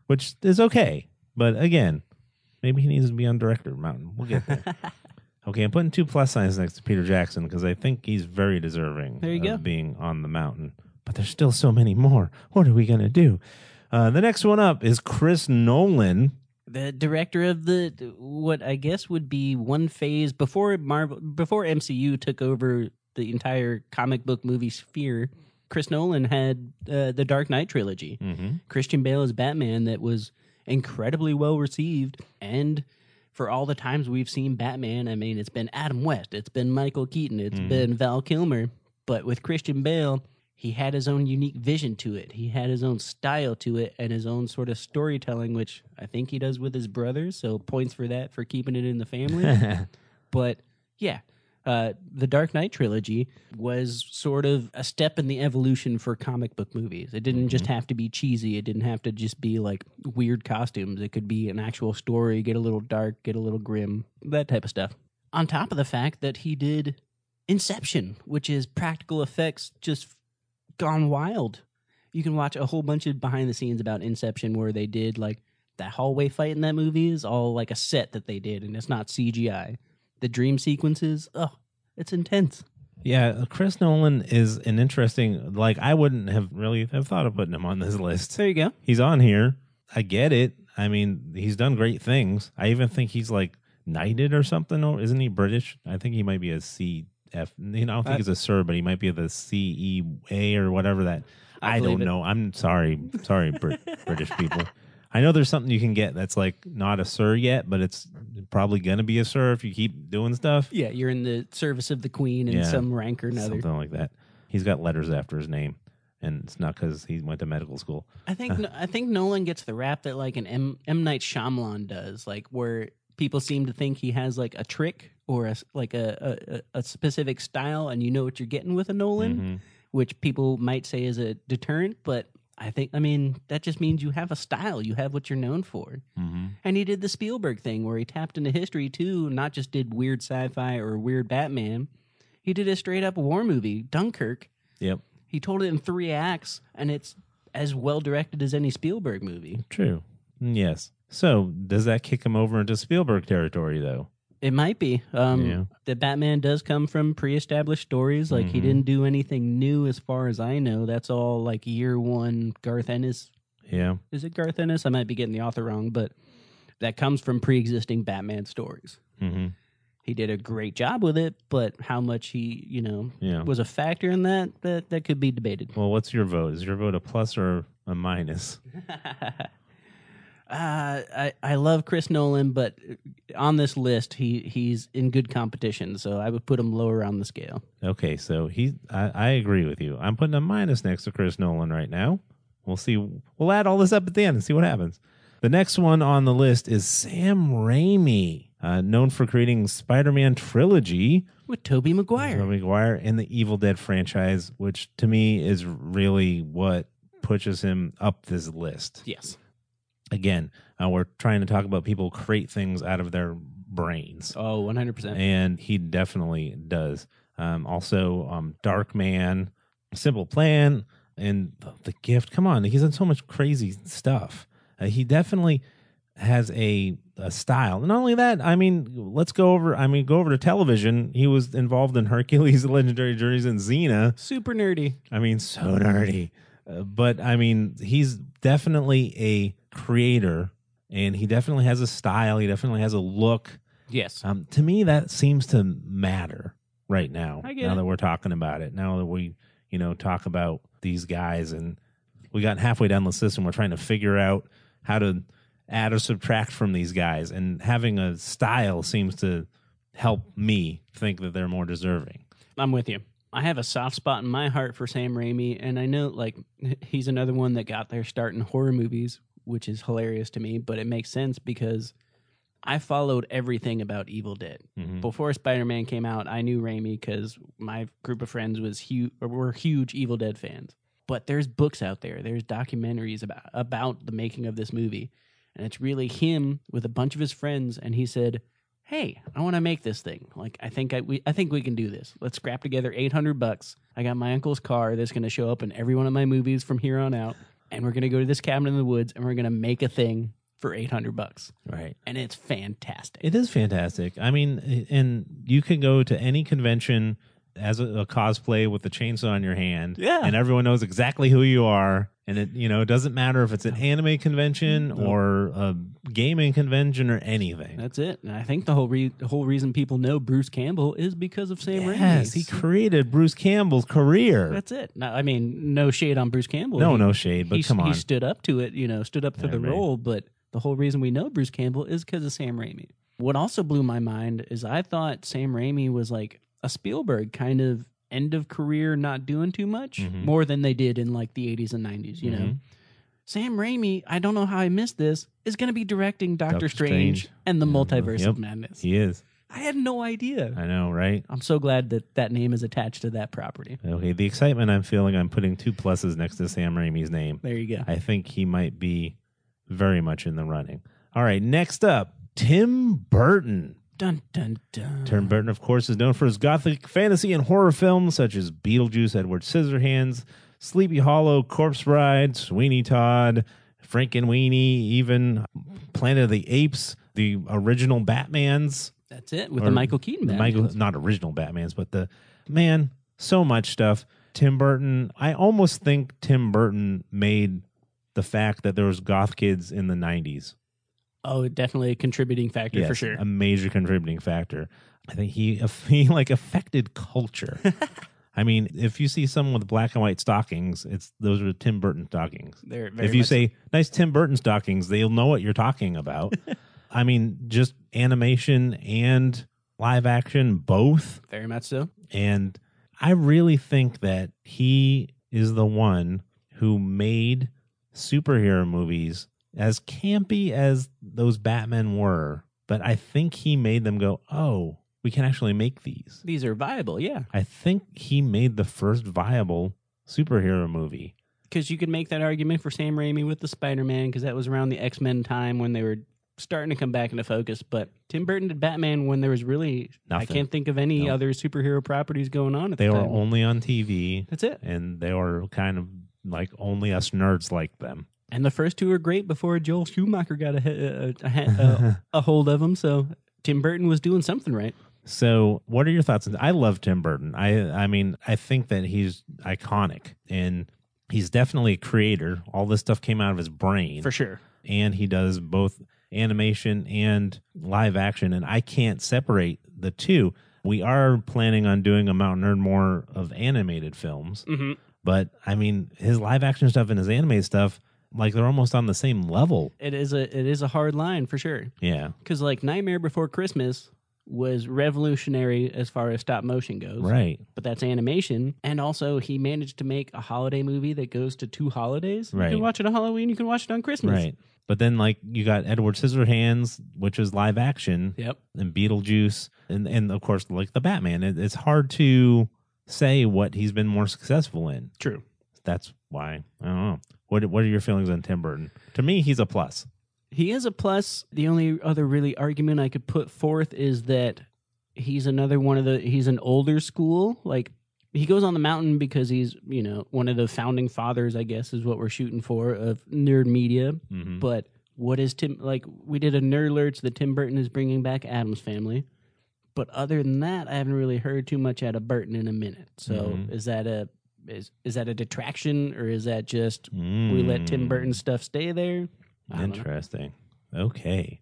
[SPEAKER 3] which is okay. But again, maybe he needs to be on director mountain. We'll get there. okay, I'm putting two plus signs next to Peter Jackson because I think he's very deserving.
[SPEAKER 4] There you
[SPEAKER 3] of
[SPEAKER 4] go.
[SPEAKER 3] Being on the mountain, but there's still so many more. What are we gonna do? Uh, the next one up is Chris Nolan.
[SPEAKER 4] the director of the what I guess would be one phase before Marvel before MCU took over the entire comic book movie sphere. Chris Nolan had uh, the Dark Knight trilogy.
[SPEAKER 3] Mm-hmm.
[SPEAKER 4] Christian Bale as Batman that was incredibly well received and for all the times we've seen Batman, I mean it's been Adam West, it's been Michael Keaton, it's
[SPEAKER 3] Mhm.
[SPEAKER 4] been Val Kilmer, but with Christian Bale, he had his own unique vision to it. He had his own style to it and his own sort of storytelling which I think he does with his brothers, so points for that for keeping it in the family. but yeah, uh, the Dark Knight trilogy was sort of a step in the evolution for comic book movies. It didn't just have to be cheesy. It didn't have to just be like weird costumes. It could be an actual story, get a little dark, get a little grim, that type of stuff. On top of the fact that he did Inception, which is practical effects just gone wild. You can watch a whole bunch of behind the scenes about Inception where they did like that hallway fight in that movie is all like a set that they did and it's not CGI. The dream sequences, oh, it's intense.
[SPEAKER 3] Yeah, Chris Nolan is an interesting. Like, I wouldn't have really have thought of putting him on this list.
[SPEAKER 4] There you go.
[SPEAKER 3] He's on here. I get it. I mean, he's done great things. I even think he's like knighted or something. Or isn't he British? I think he might be a CF. You know, I don't think
[SPEAKER 4] I-
[SPEAKER 3] he's a sir, but he might be the CEA or whatever that. I,
[SPEAKER 4] I
[SPEAKER 3] don't
[SPEAKER 4] believe it.
[SPEAKER 3] know. I'm sorry, sorry, Brit- British people. I know there's something you can get that's like not a sir yet, but it's probably gonna be a sir if you keep doing stuff.
[SPEAKER 4] Yeah, you're in the service of the queen in
[SPEAKER 3] Yeah.
[SPEAKER 4] some rank or another.
[SPEAKER 3] Something like that. He's got letters after his name, and it's not because he went to medical school.
[SPEAKER 4] I think I think Nolan gets the rap that like an M M Night Shyamalan does, like where people seem to think he has like a trick or a s- like a a- a, a specific style, and you know what you're getting with a Nolan,
[SPEAKER 3] Mhm.
[SPEAKER 4] which people might say is a deterrent, but. I think I mean that just means you have a style, you have what you're known for.
[SPEAKER 3] Mhm.
[SPEAKER 4] And he did the Spielberg thing where he tapped into history too, not just did weird sci-fi or weird Batman. He did a straight up war movie, Dunkirk.
[SPEAKER 3] Yep,
[SPEAKER 4] He told it in 3 acts and it's as well directed as any Spielberg movie.
[SPEAKER 3] true. Yes. So does that kick him over into Spielberg territory, though?
[SPEAKER 4] It might be. Um
[SPEAKER 3] Yeah.
[SPEAKER 4] the Batman does come from pre-established stories like he
[SPEAKER 3] Mhm.
[SPEAKER 4] didn't do anything new as far as I know. That's all like year 1 Garth Ennis.
[SPEAKER 3] Yeah.
[SPEAKER 4] Is it Garth Ennis? I might be getting the author wrong, but that comes from pre-existing Batman stories.
[SPEAKER 3] hmm
[SPEAKER 4] He did a great job with it, but how much he, you know,
[SPEAKER 3] Yeah.
[SPEAKER 4] was a factor in that that that could be debated.
[SPEAKER 3] Well, what's your vote? Is your vote a plus or a minus?
[SPEAKER 4] uh, I I love Chris Nolan, but on this list he he's in good competition, so I would put him lower on the scale.
[SPEAKER 3] Okay, so he, I, I agree with you. I'm putting a minus next to Chris Nolan right now. We'll see. We'll add all this up at the end and see what happens. The next one on the list is Sam Raimi, uh, known for creating Spider-Man trilogy.
[SPEAKER 4] With Toby Maguire.
[SPEAKER 3] Tobey Maguire and the Evil Dead franchise, which to me is really what pushes him up this list.
[SPEAKER 4] Yes.
[SPEAKER 3] Again, uh, we're trying to talk about people create things out of their brains,
[SPEAKER 4] Oh, 100%.
[SPEAKER 3] and he definitely does. Um, also, um, Dark Man, Simple Plan, and The- The Gift. Come on, he's done so much crazy stuff. Uh, he definitely has a, a style. And not only that, I mean, let's go over. I mean, go over to television. He was involved in Hercules, The Legendary Journeys, and Xena.
[SPEAKER 4] Super nerdy.
[SPEAKER 3] I mean, so nerdy. Uh, but I mean, he's definitely a creator, and he definitely has a style. He definitely has a look.
[SPEAKER 4] Yes.
[SPEAKER 3] Um, to me, that seems to matter right now.
[SPEAKER 4] I get
[SPEAKER 3] now
[SPEAKER 4] it.
[SPEAKER 3] that we're talking about it, now that we you know talk about these guys and we got halfway down the system. We're trying to figure out how to add or subtract from these guys, and having a style seems to help me think that they're more deserving.
[SPEAKER 4] I'm with you. I have a soft spot in my heart for Sam Raimi, and I know like he's another one that got their start in horror movies, which is hilarious to me, but it makes sense because I followed everything about Evil Dead.
[SPEAKER 3] Mhm.
[SPEAKER 4] Before Spider Man came out, I knew Raimi because my group of friends was huge or were huge Evil Dead fans. But there's books out there, there's documentaries about about the making of this movie. And it's really him with a bunch of his friends, and he said, hey, I want to make this thing. Like, I think I we I think we can do this. Let's scrap together eight hundred bucks. I got my uncle's car that's going to show up in every one of my movies from here on out, and we're going to go to this cabin in the woods, and we're going to make a thing for eight hundred bucks,
[SPEAKER 3] Right.
[SPEAKER 4] and it's fantastic.
[SPEAKER 3] It is fantastic. I mean, and you can go to any convention as a, a cosplay with the chainsaw in your hand.
[SPEAKER 4] Yeah.
[SPEAKER 3] And everyone knows exactly who you are. And it, you know, it doesn't matter if it's an anime convention or a gaming convention or anything.
[SPEAKER 4] that's it, and I think the whole re- the whole reason people know Bruce Campbell is because of Sam
[SPEAKER 3] Yes,
[SPEAKER 4] Raimi.
[SPEAKER 3] he created Bruce Campbell's career.
[SPEAKER 4] that's it. No, I mean, no shade on Bruce Campbell.
[SPEAKER 3] no,
[SPEAKER 4] He-
[SPEAKER 3] no shade, but
[SPEAKER 4] he,
[SPEAKER 3] come on.
[SPEAKER 4] he stood up to it, you know, stood up to
[SPEAKER 3] Yeah,
[SPEAKER 4] the
[SPEAKER 3] man.
[SPEAKER 4] role. But the whole reason we know Bruce Campbell is because of Sam Raimi. What also blew my mind is I thought Sam Raimi was like a Spielberg kind of end of career, not doing too much
[SPEAKER 3] Mhm.
[SPEAKER 4] more than they did in like the 80s and 90s, you know.
[SPEAKER 3] Mhm.
[SPEAKER 4] Sam Raimi, I don't know how I missed this, is going to be directing Doctor,
[SPEAKER 3] Doctor
[SPEAKER 4] Strange,
[SPEAKER 3] Strange.
[SPEAKER 4] and the
[SPEAKER 3] Yeah,
[SPEAKER 4] Multiverse
[SPEAKER 3] yep.
[SPEAKER 4] of Madness.
[SPEAKER 3] He is.
[SPEAKER 4] I had no idea.
[SPEAKER 3] I know, right?
[SPEAKER 4] I'm so glad that that name is attached to that property.
[SPEAKER 3] Okay, the excitement I'm feeling, I'm putting two pluses next to Sam Raimi's name.
[SPEAKER 4] There you go.
[SPEAKER 3] I think he might be very much in the running. All right, next up, Tim Burton.
[SPEAKER 4] Dun dun dun.
[SPEAKER 3] Tim Burton, of course, is known for his gothic fantasy and horror films such as Beetlejuice, Edward Scissorhands, Sleepy Hollow, Corpse Bride, Sweeney Todd, Frankenweenie, even Planet of the Apes, the original Batman's,
[SPEAKER 4] That's it with
[SPEAKER 3] Or
[SPEAKER 4] the Michael Keaton.
[SPEAKER 3] the
[SPEAKER 4] Batman.
[SPEAKER 3] Michael, not original Batman's, but the man, so much stuff. Tim Burton, I almost think Tim Burton made the fact that there was goth kids in the 90s.
[SPEAKER 4] Oh, definitely a contributing factor
[SPEAKER 3] Yes,
[SPEAKER 4] for
[SPEAKER 3] Uh,
[SPEAKER 4] sure.
[SPEAKER 3] A major contributing factor. I think he he like affected culture. I mean, if you see someone with black and white stockings, it's those are Tim Burton stockings.
[SPEAKER 4] They're
[SPEAKER 3] if you say nice Tim Burton stockings, they'll know what you're talking about. I mean, just animation and live action both
[SPEAKER 4] very much so.
[SPEAKER 3] and I really think that he is the one who made superhero movies as campy as those Batman were. But I think he made them go, oh, we can actually make these.
[SPEAKER 4] These are viable, yeah,
[SPEAKER 3] I think he made the first viable superhero movie.
[SPEAKER 4] because you could make that argument for Sam Raimi with the Spider-Man, because that was around the X-Men time when they were starting to come back into focus. But Tim Burton did Batman when there was really
[SPEAKER 3] Nothing.
[SPEAKER 4] I can't think of any
[SPEAKER 3] No.
[SPEAKER 4] other superhero properties going on. At
[SPEAKER 3] They
[SPEAKER 4] the
[SPEAKER 3] were
[SPEAKER 4] time.
[SPEAKER 3] only on TV
[SPEAKER 4] That's it.
[SPEAKER 3] and they were kind of like only us nerds like them.
[SPEAKER 4] And the first two were great before Joel Schumacher got a a, a, a, a hold of them. So Tim Burton was doing something right.
[SPEAKER 3] So, what are your thoughts? on- I love Tim Burton. I I mean, I think that he's iconic and he's definitely a creator. All this stuff came out of his brain.
[SPEAKER 4] For sure.
[SPEAKER 3] And he does both animation and live action and I can't separate the two. We are planning on doing a Mount Nerd more of animated films,
[SPEAKER 4] hmm
[SPEAKER 3] but I mean, his live action stuff and his animated stuff like they're almost on the same level.
[SPEAKER 4] It is a it is a hard line for sure.
[SPEAKER 3] Yeah.
[SPEAKER 4] because like Nightmare Before Christmas was revolutionary as far as stop motion goes,
[SPEAKER 3] Right.
[SPEAKER 4] but that's animation, and also he managed to make a holiday movie that goes to two holidays. You
[SPEAKER 3] Right.
[SPEAKER 4] can watch it on Halloween, you can watch it on Christmas.
[SPEAKER 3] Right. But then like you got Edward Scissorhands, which is live action,
[SPEAKER 4] Yep.
[SPEAKER 3] and Beetlejuice, and and of course like the Batman. It, it's hard to say what he's been more successful in.
[SPEAKER 4] True.
[SPEAKER 3] That's why I don't know. What what are your feelings on Tim Burton? To me, he's a plus.
[SPEAKER 4] He is a plus. The only other really argument I could put forth is that he's another one of the he's an older school. Like he goes on the mountain because he's, you know, one of the founding fathers, I guess is what we're shooting for of nerd media.
[SPEAKER 3] Mm-hmm.
[SPEAKER 4] But what is Tim like? We did a nerd alert that Tim Burton is bringing back Adam's Family, but other than that, I haven't really heard too much out of Burton in a minute. So
[SPEAKER 3] Mhm.
[SPEAKER 4] is that a is is that a detraction or is that just we let Tim Burton stuff stay there? I don't know.
[SPEAKER 3] Mm-hmm. Hmm. Mm, Interesting. Okay.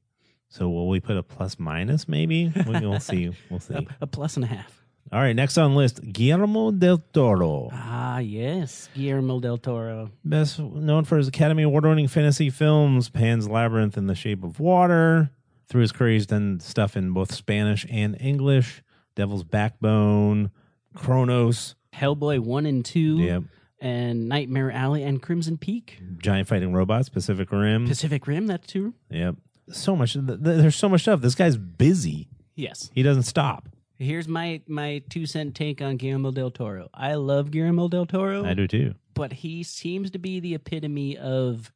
[SPEAKER 3] So will we put a plus minus? Maybe we, we'll see. We'll see.
[SPEAKER 4] A, a plus and a half.
[SPEAKER 3] All right, next on the list, Guillermo del Toro.
[SPEAKER 4] Ah, yes, Guillermo del Toro.
[SPEAKER 3] Best known for his Academy Award winning fantasy films, Pan's Labyrinth and The Shape of Water. Through his career, he's done stuff in both Spanish and English Devil's Backbone, Kronos,
[SPEAKER 4] Hellboy one and two,
[SPEAKER 3] yep. Mm-hmm.
[SPEAKER 4] and Nightmare Alley and Crimson Peak,
[SPEAKER 3] Giant Fighting Robots, Pacific Rim.
[SPEAKER 4] Pacific Rim. That's two.
[SPEAKER 3] yep. So much. th- th- There's so much stuff. This guy's busy.
[SPEAKER 4] Yes.
[SPEAKER 3] He doesn't stop.
[SPEAKER 4] Here's my my two cent take on Guillermo del Toro. I love Guillermo del Toro.
[SPEAKER 3] I do too.
[SPEAKER 4] but he seems to be the epitome of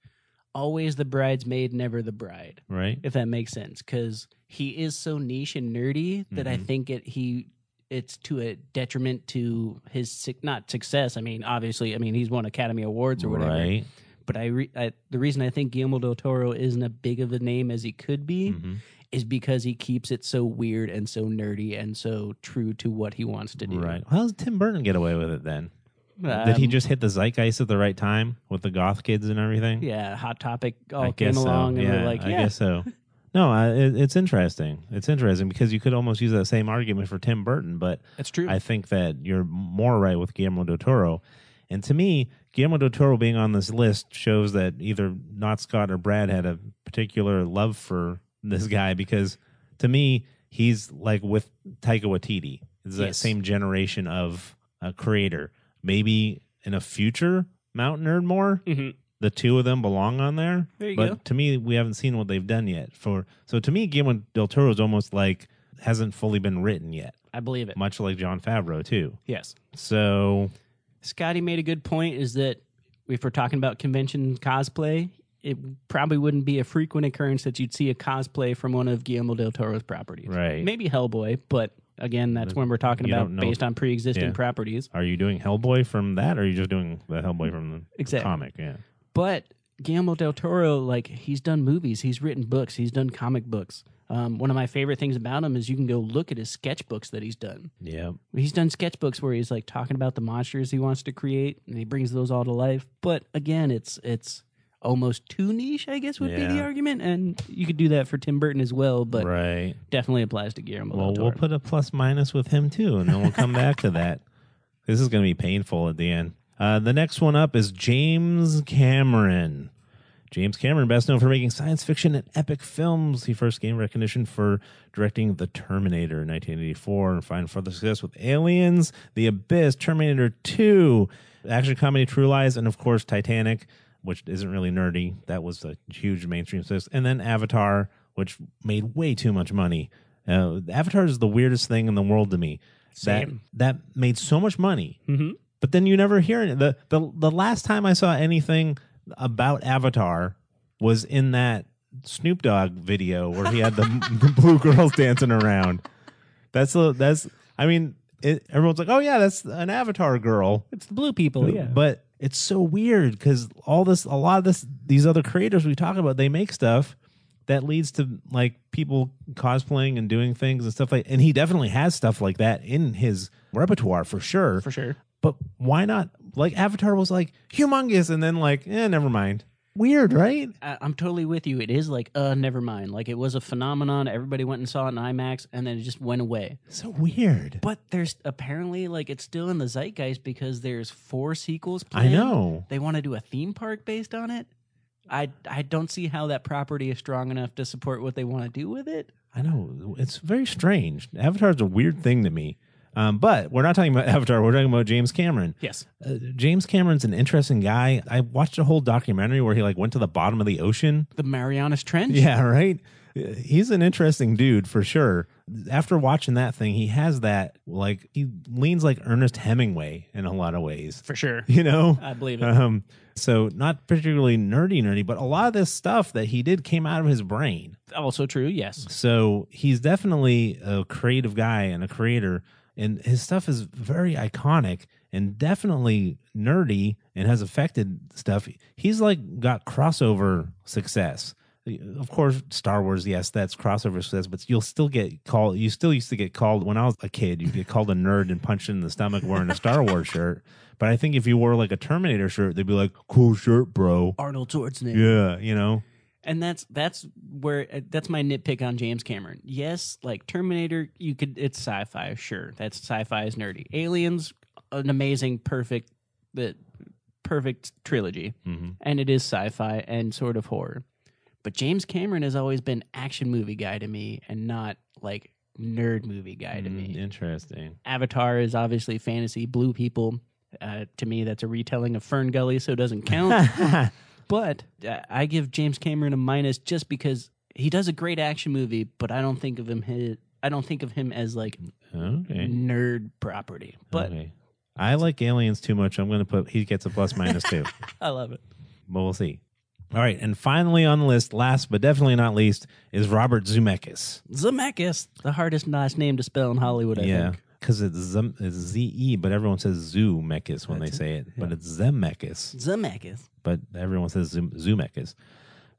[SPEAKER 4] always the bridesmaid, never the bride,
[SPEAKER 3] Right?
[SPEAKER 4] if that makes sense. Because he is so niche and nerdy that I
[SPEAKER 3] Mhm.
[SPEAKER 4] think it he it's to a detriment to his suc- not success. I mean, obviously, I mean he's won Academy Awards or whatever.
[SPEAKER 3] Right.
[SPEAKER 4] But I, re, I the reason I think Guillermo del Toro isn't a big of a name as he could be
[SPEAKER 3] Mhm.
[SPEAKER 4] is because he keeps it so weird and so nerdy and so true to what he wants to do.
[SPEAKER 3] Right. How does Tim Burton get away with it then? Did he
[SPEAKER 4] Um,
[SPEAKER 3] just hit the zeitgeist at the right time with the goth kids and everything?
[SPEAKER 4] Yeah, Hot Topic all
[SPEAKER 3] I
[SPEAKER 4] came
[SPEAKER 3] guess
[SPEAKER 4] along
[SPEAKER 3] so.
[SPEAKER 4] and
[SPEAKER 3] yeah,
[SPEAKER 4] they're like,
[SPEAKER 3] I
[SPEAKER 4] yeah,
[SPEAKER 3] guess so. No, I, it, it's interesting. It's interesting because you could almost use that same argument for Tim Burton, but
[SPEAKER 4] that's true.
[SPEAKER 3] I think that you're more right with Guillermo del Toro. And to me, Guillermo del Toro being on this list shows that either not Scott or Brad had a particular love for this guy because to me, he's like with Taika Waititi. It's that
[SPEAKER 4] Yes.
[SPEAKER 3] same generation of a creator. Maybe in a future Mount Nerdmore,
[SPEAKER 4] Mhm.
[SPEAKER 3] the two of them belong on there.
[SPEAKER 4] There you
[SPEAKER 3] but
[SPEAKER 4] go.
[SPEAKER 3] to me, we haven't seen what they've done yet. For so to me, Guillermo del Toro is almost like hasn't fully been written yet
[SPEAKER 4] I believe it.
[SPEAKER 3] much like John Favreau too.
[SPEAKER 4] Yes.
[SPEAKER 3] So
[SPEAKER 4] Scotty made a good point is that if we're talking about convention cosplay, it probably wouldn't be a frequent occurrence that you'd see a cosplay from one of Guillermo del Toro's properties.
[SPEAKER 3] Right.
[SPEAKER 4] Maybe Hellboy, but again, that's when we're talking
[SPEAKER 3] You
[SPEAKER 4] about
[SPEAKER 3] don't know.
[SPEAKER 4] based on pre existing
[SPEAKER 3] Yeah.
[SPEAKER 4] properties.
[SPEAKER 3] are you doing Hellboy from that or are you just doing the Hellboy from the
[SPEAKER 4] Exactly.
[SPEAKER 3] comic? Yeah.
[SPEAKER 4] But Guillermo del Toro, like he's done movies, he's written books, he's done comic books. Um, one of my favorite things about him is you can go look at his sketchbooks that he's done.
[SPEAKER 3] Yeah.
[SPEAKER 4] He's done sketchbooks where he's like talking about the monsters he wants to create, and he brings those all to life. But again, it's it's almost too niche, I guess would be the
[SPEAKER 3] Yeah.
[SPEAKER 4] argument, and you could do that for Tim Burton as well, but
[SPEAKER 3] right.
[SPEAKER 4] definitely applies to Guillermo
[SPEAKER 3] Well,
[SPEAKER 4] del Toro.
[SPEAKER 3] we'll put a plus minus with him too, and then we'll come back to that. This is going to be painful at the end. Uh, the next one up is James Cameron. James Cameron, best known for making science fiction and epic films. He first gained recognition for directing The Terminator in 1984 and find further success with Aliens, The Abyss, Terminator 2, action comedy True Lies, and of course Titanic, which isn't really nerdy. That was a huge mainstream success. And then Avatar, which made way too much money. Uh, Avatar is the weirdest thing in the world to me.
[SPEAKER 4] Same.
[SPEAKER 3] That that made so much money
[SPEAKER 4] Mhm.
[SPEAKER 3] but then you never hear it. The, the the last time I saw anything about Avatar was in that Snoop Dogg video where he had the, the blue girls dancing around. That's a, that's I mean it, everyone's like, oh yeah, that's an Avatar girl,
[SPEAKER 4] It's the blue people, Oh, yeah.
[SPEAKER 3] but it's so weird because all this a lot of this these other creators we talk about they make stuff that leads to like people cosplaying and doing things and stuff like and he definitely has stuff like that in his repertoire for sure
[SPEAKER 4] for sure.
[SPEAKER 3] but why not? Like Avatar was like humongous, and then like, eh, never mind. Weird, right?
[SPEAKER 4] I, I'm totally with you. It is like, uh, never mind. Like it was a phenomenon. Everybody went and saw it in IMAX, and then it just went away.
[SPEAKER 3] So weird.
[SPEAKER 4] But there's apparently like it's still in the zeitgeist because there's four sequels.
[SPEAKER 3] I
[SPEAKER 4] Planned.
[SPEAKER 3] know.
[SPEAKER 4] They want to do a theme park based on it. I I don't see how that property is strong enough to support what they want to do with it.
[SPEAKER 3] I know. It's very strange. Avatar's a weird thing to me. Um, but we're not talking about Avatar. We're talking about James Cameron.
[SPEAKER 4] Yes.
[SPEAKER 3] Uh, James Cameron's an interesting guy. I watched a whole documentary where he like went to the bottom of the ocean
[SPEAKER 4] The Marianas Trench.
[SPEAKER 3] Yeah, right. Uh, He's an interesting dude for sure. After watching that thing, he has that like he leans like Ernest Hemingway in a lot of ways.
[SPEAKER 4] For sure.
[SPEAKER 3] You know?
[SPEAKER 4] I believe it.
[SPEAKER 3] Um so not particularly nerdy nerdy, but a lot of this stuff that he did came out of his brain.
[SPEAKER 4] also true. Yes.
[SPEAKER 3] So he's definitely a creative guy and a creator, and his stuff is very iconic and definitely nerdy and has affected stuff. He's like got crossover success. Of course, Star Wars, yes, that's crossover success, but you'll still get called. You still used to get called when I was a kid. You'd get called a nerd and punched in the stomach wearing a Star Wars shirt. But I think if you wore like a Terminator shirt, they'd be like, "Cool shirt, bro."
[SPEAKER 4] Arnold Schwarzenegger.
[SPEAKER 3] Yeah, you know.
[SPEAKER 4] and that's that's where uh, that's my nitpick on James Cameron. Yes, like Terminator, you could it's sci-fi, sure. That's sci-fi is nerdy. Aliens, an amazing, perfect, the perfect trilogy,
[SPEAKER 3] Mm-hmm.
[SPEAKER 4] and it is sci-fi and sort of horror. But James Cameron has always been action movie guy to me, and not like nerd movie guy to
[SPEAKER 3] Mm,
[SPEAKER 4] me.
[SPEAKER 3] Mm-hmm. Interesting.
[SPEAKER 4] Avatar is obviously fantasy, blue people. Uh, to me, that's a retelling of Fern Gully, so it doesn't count. But uh, I give James Cameron a minus just because he does a great action movie, but I don't think of him his, I don't think of him as like
[SPEAKER 3] okay.
[SPEAKER 4] nerd property. But
[SPEAKER 3] okay. I like aliens too much. I'm going to put he gets a plus minus two,
[SPEAKER 4] I love it.
[SPEAKER 3] but we'll see. All right, and finally on the list, last but definitely not least, is Robert Zemeckis.
[SPEAKER 4] Zemeckis, the hardest last name to spell in Hollywood, I
[SPEAKER 3] yeah,
[SPEAKER 4] think.
[SPEAKER 3] because it's Zem- it's Z E, but everyone says Zemeckis when
[SPEAKER 4] That's
[SPEAKER 3] they say it, but it's Zemeckis.
[SPEAKER 4] Zemeckis.
[SPEAKER 3] but everyone says Zum- Zemeckis.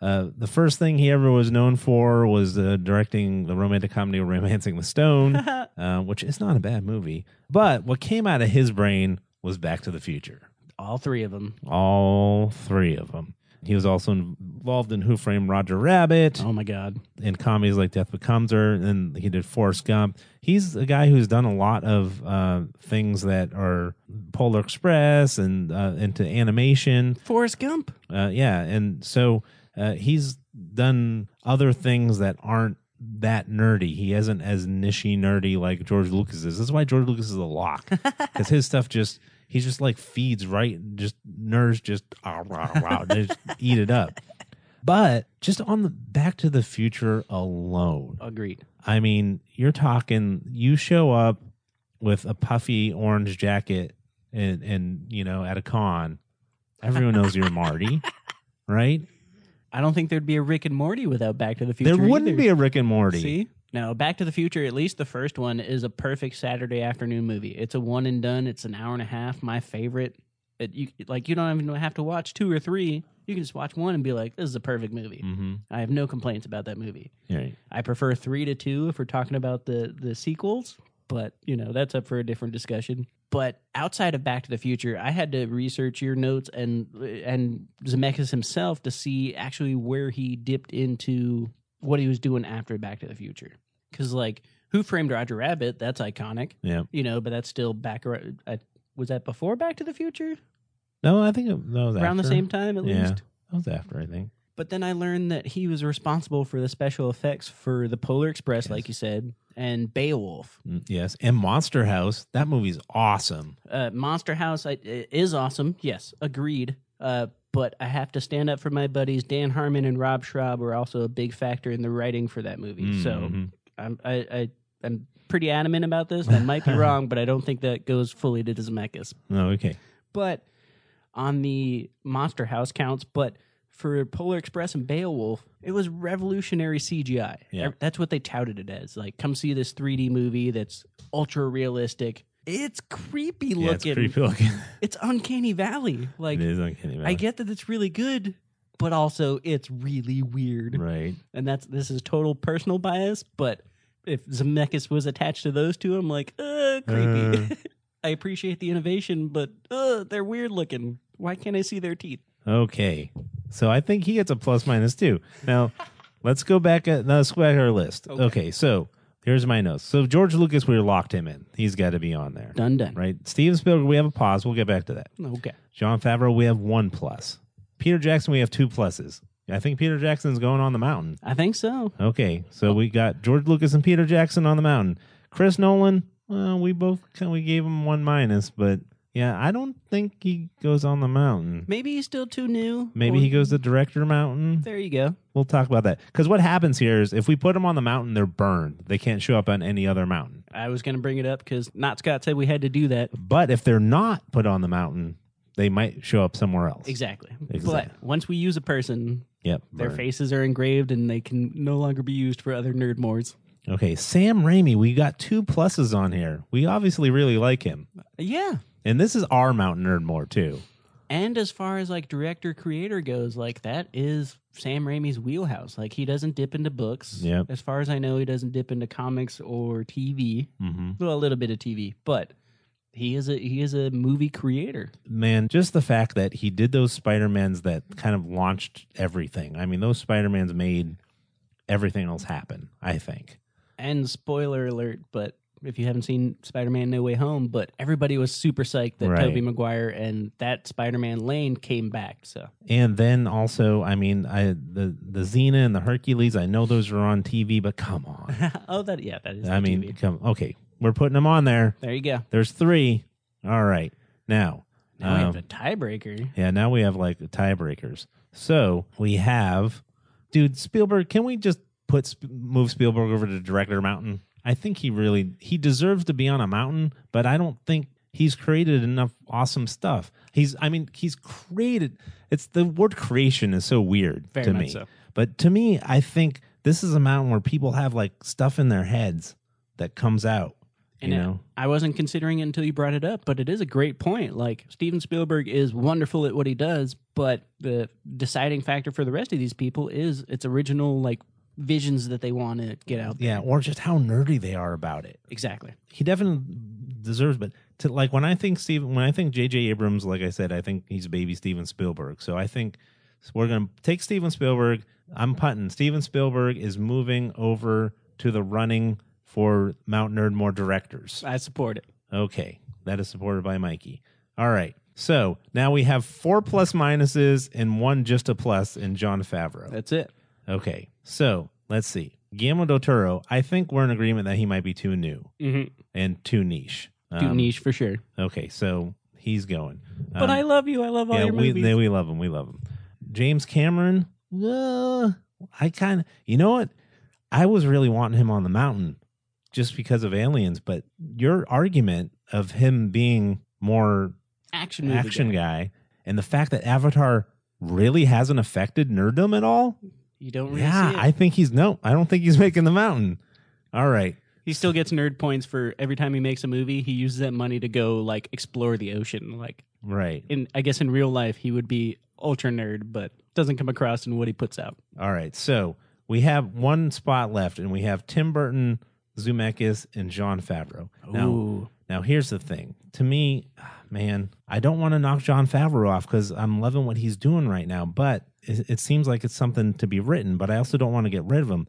[SPEAKER 3] Uh, the first thing he ever was known for was uh, directing the romantic comedy *Romancing the Stone*, uh, which is not a bad movie. But what came out of his brain was *Back to the Future*.
[SPEAKER 4] All three of them.
[SPEAKER 3] All three of them. He was also involved in *Who Framed Roger Rabbit*
[SPEAKER 4] Oh my God.
[SPEAKER 3] and comedies like *Death Becomes Her*, and he did *Forrest Gump*. He's a guy who's done a lot of uh, things that are *Polar Express* and uh, into animation.
[SPEAKER 4] Forrest Gump.
[SPEAKER 3] Uh, yeah, and so uh, he's done other things that aren't that nerdy. He isn't as nichey nerdy like George Lucas is. That's why George Lucas is a lock because his stuff just he just like feeds right, just nerds just, ah, rah, rah, they just eat it up. But just on the Back to the Future alone,
[SPEAKER 4] Agreed.
[SPEAKER 3] I mean, you're talking. You show up with a puffy orange jacket and and you know at a con, everyone knows you're Marty, right?
[SPEAKER 4] I don't think there'd be a Rick and Morty without Back to the Future.
[SPEAKER 3] there wouldn't
[SPEAKER 4] either.
[SPEAKER 3] be a Rick and Morty.
[SPEAKER 4] See? No, Back to the Future, at least the first one, is a perfect Saturday afternoon movie. It's a one and done. It's an hour and a half. My favorite. It, you, like, you don't even have to watch two or three. You can just watch one and be like, this is a perfect movie.
[SPEAKER 3] Mm-hmm.
[SPEAKER 4] I have no complaints about that movie.
[SPEAKER 3] Right.
[SPEAKER 4] I prefer three to two if we're talking about the, the sequels, but, you know, that's up for a different discussion. But outside of Back to the Future, I had to research your notes and and Zemeckis himself to see actually where he dipped into what he was doing after Back to the Future. Because like, Who Framed Roger Rabbit? That's iconic,
[SPEAKER 3] Yeah.
[SPEAKER 4] you know, but that's still back. ar- I, was that before Back to the Future?
[SPEAKER 3] No, I think it, that was
[SPEAKER 4] Around the
[SPEAKER 3] after.
[SPEAKER 4] same time, at
[SPEAKER 3] Yeah.
[SPEAKER 4] least.
[SPEAKER 3] That was after, I think.
[SPEAKER 4] But then I learned that he was responsible for the special effects for the Polar Express, like
[SPEAKER 3] Yes.
[SPEAKER 4] you said, and Beowulf.
[SPEAKER 3] Mm, Yes. And Monster House. That movie's awesome.
[SPEAKER 4] Uh, Monster House I, i- is awesome. Yes, agreed. Uh, but I have to stand up for my buddies. Dan Harmon and Rob Schraub were also a big factor in the writing for that movie. So
[SPEAKER 3] Mhm.
[SPEAKER 4] I'm, I, I, I'm pretty adamant about this. and I might be wrong, but I don't think that goes fully to Zemeckis.
[SPEAKER 3] No, okay.
[SPEAKER 4] But on the Monster House counts, but for Polar Express and Beowulf, it was revolutionary CGI.
[SPEAKER 3] Yeah.
[SPEAKER 4] That's what they touted it as. Like, come see this 3D movie that's ultra realistic. It's creepy
[SPEAKER 3] Yeah, it's
[SPEAKER 4] looking.
[SPEAKER 3] creepy looking.
[SPEAKER 4] It's uncanny valley. Like
[SPEAKER 3] it is uncanny.
[SPEAKER 4] I
[SPEAKER 3] valley.
[SPEAKER 4] get that it's really good, but also it's really weird.
[SPEAKER 3] Right.
[SPEAKER 4] And that's this is total personal bias, but if Zemeckis was attached to those two, I'm like, uh, creepy. I appreciate the innovation, but uh, they're weird looking. Why can't I see their teeth?
[SPEAKER 3] Okay. So I think he gets a plus minus two. Now, let's go back. At, now let's go back to our list.
[SPEAKER 4] Okay.
[SPEAKER 3] Okay. So here's my notes. So George Lucas, we locked him in. He's got to be on there,
[SPEAKER 4] Done, done.
[SPEAKER 3] right? Steven Spielberg, we have a pause. We'll get back to that.
[SPEAKER 4] Okay.
[SPEAKER 3] John Favreau, we have one plus. Peter Jackson, we have two pluses. I think Peter Jackson's going on the mountain.
[SPEAKER 4] I think so.
[SPEAKER 3] Okay, so we got George Lucas and Peter Jackson on the mountain. Chris Nolan, well, we both we gave him one minus, but yeah, I don't think he goes on the mountain.
[SPEAKER 4] Maybe he's still too new.
[SPEAKER 3] Maybe
[SPEAKER 4] or-
[SPEAKER 3] he goes to director mountain.
[SPEAKER 4] There you go.
[SPEAKER 3] We'll talk about that. Because what happens here is if we put them on the mountain, they're burned. They can't show up on any other mountain.
[SPEAKER 4] I was going to bring it up because Not Scott said we had to do that.
[SPEAKER 3] But if they're not put on the mountain, they might show up somewhere else.
[SPEAKER 4] Exactly.
[SPEAKER 3] Exact-
[SPEAKER 4] But once we use a person,
[SPEAKER 3] Yep.
[SPEAKER 4] their
[SPEAKER 3] burned.
[SPEAKER 4] faces are engraved and they can no longer be used for other nerd mores.
[SPEAKER 3] Okay. Sam Raimi, we got two pluses on here. We obviously really like him.
[SPEAKER 4] Yeah.
[SPEAKER 3] And this is our Mountain Nerd more too.
[SPEAKER 4] And as far as like director creator goes, like that is Sam Raimi's wheelhouse. Like he doesn't dip into books.
[SPEAKER 3] Yep.
[SPEAKER 4] As far as I know, he doesn't dip into comics or TV.
[SPEAKER 3] Mm-hmm.
[SPEAKER 4] Well, a little bit of TV, but He is a he is a movie creator.
[SPEAKER 3] man, just the fact that he did those Spider Mans that kind of launched everything. I mean, those Spider Mans made everything else happen. I think.
[SPEAKER 4] And spoiler alert, but if you haven't seen Spider-Man No Way Home, but everybody was super psyched that
[SPEAKER 3] Right.
[SPEAKER 4] Tobey Maguire and that Spider-Man Lane came back. So
[SPEAKER 3] And then also, I mean, I the the Xena and the Hercules. I know those are on TV, but come on.
[SPEAKER 4] oh, that yeah, that is.
[SPEAKER 3] I
[SPEAKER 4] the
[SPEAKER 3] mean,
[SPEAKER 4] TV.
[SPEAKER 3] come okay, we're putting them on there.
[SPEAKER 4] there you go.
[SPEAKER 3] There's three. All right, now.
[SPEAKER 4] Now we
[SPEAKER 3] um,
[SPEAKER 4] have the tiebreaker.
[SPEAKER 3] Yeah, now we have like the tiebreakers. So we have, dude, Spielberg. Can we just put Sp- move Spielberg over to director mountain? I think he really he deserves to be on a mountain, but I don't think he's created enough awesome stuff. He's, I mean, he's created. It's the word creation is so weird
[SPEAKER 4] Very
[SPEAKER 3] to
[SPEAKER 4] much
[SPEAKER 3] me.
[SPEAKER 4] so.
[SPEAKER 3] But to me, I think this is a mountain where people have like stuff in their heads that comes out.
[SPEAKER 4] And
[SPEAKER 3] you
[SPEAKER 4] it-
[SPEAKER 3] know,
[SPEAKER 4] I wasn't considering it until you brought it up, but it is a great point. Like Steven Spielberg is wonderful at what he does, but the deciding factor for the rest of these people is its original like visions that they want to get out there.
[SPEAKER 3] yeah, or just how nerdy they are about it.
[SPEAKER 4] Exactly.
[SPEAKER 3] he definitely deserves but to like when i think steven when i think jj abrams like i said i think he's baby steven spielberg so i think we're going to take steven spielberg i'm punting steven spielberg is moving over to the running for mount nerdmore directors
[SPEAKER 4] I support it.
[SPEAKER 3] okay that is supported by mikey all right so now we have four plus minuses and one just a plus in john favreau
[SPEAKER 4] That's it.
[SPEAKER 3] okay so let's see guillermo del toro i think we're in agreement that he might be too new
[SPEAKER 4] Mm-hmm.
[SPEAKER 3] and too niche
[SPEAKER 4] Too
[SPEAKER 3] Um,
[SPEAKER 4] niche for sure.
[SPEAKER 3] Okay, so he's going. Um,
[SPEAKER 4] But I love you. I love all
[SPEAKER 3] yeah,
[SPEAKER 4] your
[SPEAKER 3] we
[SPEAKER 4] movies.
[SPEAKER 3] they- we love him. We love him. James Cameron. Uh, I kind of you know what I was really wanting him on the mountain just because of aliens, but your argument of him being more
[SPEAKER 4] action movie
[SPEAKER 3] action
[SPEAKER 4] guy.
[SPEAKER 3] guy. and the fact that Avatar really hasn't affected nerddom at all.
[SPEAKER 4] You don't really
[SPEAKER 3] Yeah,
[SPEAKER 4] see it.
[SPEAKER 3] I think he's no. I don't think he's making the mountain. All right.
[SPEAKER 4] he still gets nerd points for every time he makes a movie. He uses that money to go like explore the ocean. Like
[SPEAKER 3] Right.
[SPEAKER 4] in I guess in real life he would be ultra nerd, but doesn't come across in what he puts out.
[SPEAKER 3] All right. So we have one spot left, and we have Tim Burton, Zemeckis, and John Favreau. Now,
[SPEAKER 4] Ooh.
[SPEAKER 3] now here's the thing. To me, ah, man, I don't want to knock John Favreau off because I'm loving what he's doing right now. But it, it seems like it's something to be written. But I also don't want to get rid of him.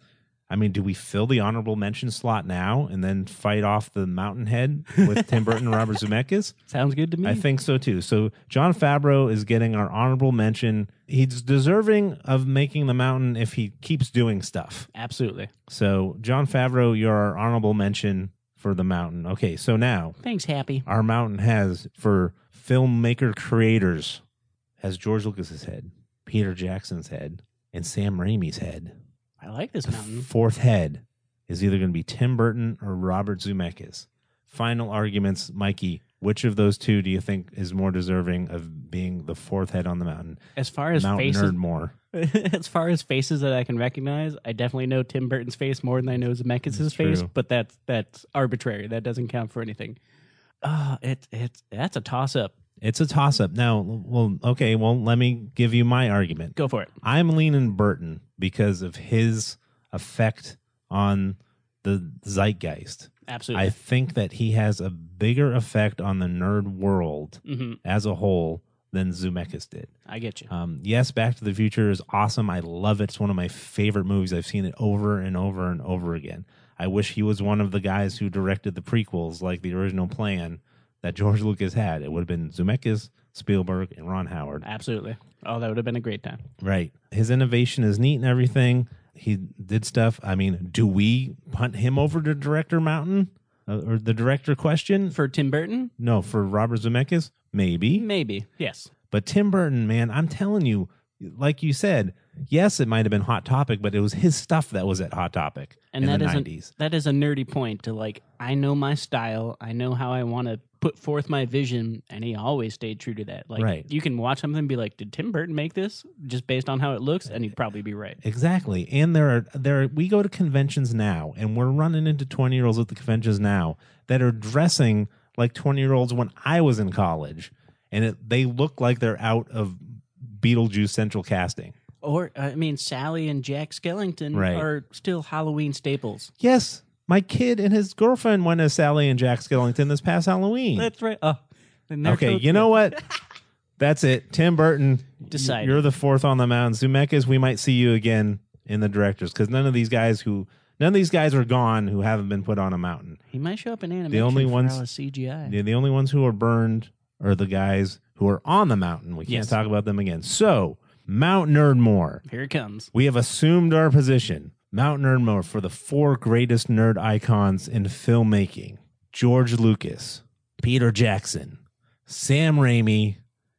[SPEAKER 3] I mean, do we fill the honorable mention slot now and then fight off the Mountainhead with Tim Burton and Robert Zemeckis?
[SPEAKER 4] Sounds good to me.
[SPEAKER 3] I think so too. So John Fabro is getting our honorable mention. He's deserving of making the mountain if he keeps doing stuff.
[SPEAKER 4] Absolutely.
[SPEAKER 3] So John Favreau, you're our honorable mention for the mountain. Okay, so now
[SPEAKER 4] Thanks, Happy.
[SPEAKER 3] our mountain has for filmmaker creators has George Lucas's head, Peter Jackson's head, and Sam Raimi's head.
[SPEAKER 4] I like this
[SPEAKER 3] The
[SPEAKER 4] mountain.
[SPEAKER 3] fourth head is either going to be Tim Burton or Robert Zemeckis. Final arguments, Mikey. Which of those two do you think is more deserving of being the fourth head on the mountain?
[SPEAKER 4] As far as
[SPEAKER 3] Mount
[SPEAKER 4] faces,
[SPEAKER 3] Nerd more.
[SPEAKER 4] as far as faces that I can recognize, I definitely know Tim Burton's face more than I know Zemeckis'
[SPEAKER 3] That's
[SPEAKER 4] face.
[SPEAKER 3] true.
[SPEAKER 4] But that's that's arbitrary. That doesn't count for anything. Ah, it's it's that's a toss up.
[SPEAKER 3] It's a toss up. Now, well, okay, well, let me give you my argument.
[SPEAKER 4] Go for it.
[SPEAKER 3] I'm leaning Burton because of his effect on the zeitgeist.
[SPEAKER 4] Absolutely.
[SPEAKER 3] I think that he has a bigger effect on the nerd world
[SPEAKER 4] hmm
[SPEAKER 3] as a whole than Zemeckis did.
[SPEAKER 4] I get you.
[SPEAKER 3] Um, yes, Back to the Future is awesome. I love it. It's one of my favorite movies. I've seen it over and over and over again. I wish he was one of the guys who directed the prequels, like the original plan that George Lucas had. It would have been Zemeckis, Spielberg, and Ron Howard.
[SPEAKER 4] Absolutely. Oh, that would have been a great time.
[SPEAKER 3] Right. His innovation is neat and everything. He did stuff. I mean, do we punt him over to director Mountain Uh, or the director question?
[SPEAKER 4] For Tim Burton,
[SPEAKER 3] No, for Robert Zemeckis, maybe.
[SPEAKER 4] maybe. Yes.
[SPEAKER 3] But Tim Burton, man, I'm telling you, like you said, yes, it might have been Hot Topic, but it was his stuff that was at Hot Topic
[SPEAKER 4] And
[SPEAKER 3] in
[SPEAKER 4] that
[SPEAKER 3] the
[SPEAKER 4] isn't-
[SPEAKER 3] 90s.
[SPEAKER 4] That is a nerdy point to like, I know my style. I know how I want to put forth my vision. And he always stayed true to that. Like,
[SPEAKER 3] Right.
[SPEAKER 4] you can watch something and be like, did Tim Burton make this just based on how it looks? And you'd probably be right.
[SPEAKER 3] Exactly. And there are there are, we go to conventions now and we're running into 20-year-olds at the conventions now that are dressing like 20-year-olds when I was in college and it, they look like they're out of Beetlejuice Central Casting.
[SPEAKER 4] Or, I mean, Sally and Jack Skellington
[SPEAKER 3] Right.
[SPEAKER 4] are still Halloween staples.
[SPEAKER 3] Yes, My kid and his girlfriend went as Sally and Jack Skellington this past Halloween.
[SPEAKER 4] That's right. Oh, and they're
[SPEAKER 3] Hmm. okay,
[SPEAKER 4] totes
[SPEAKER 3] you know
[SPEAKER 4] good.
[SPEAKER 3] what? That's it. Tim Burton, y-
[SPEAKER 4] Decided.
[SPEAKER 3] you're the fourth on the mountain. Zemeckis, we might see you again in the directors because none of these guys who none of these guys are gone who haven't been put on a mountain.
[SPEAKER 4] He might show up in animation.
[SPEAKER 3] only
[SPEAKER 4] for
[SPEAKER 3] ones-
[SPEAKER 4] all the CGI.
[SPEAKER 3] The, the only ones who are burned are the guys who are on the mountain. We can't
[SPEAKER 4] Yes.
[SPEAKER 3] talk about them again. So, Mount Nerdmore.
[SPEAKER 4] Here it comes.
[SPEAKER 3] We have assumed our position. Mount Nerdmore for the four greatest nerd icons in filmmaking George Lucas, Peter Jackson, Sam Raimi,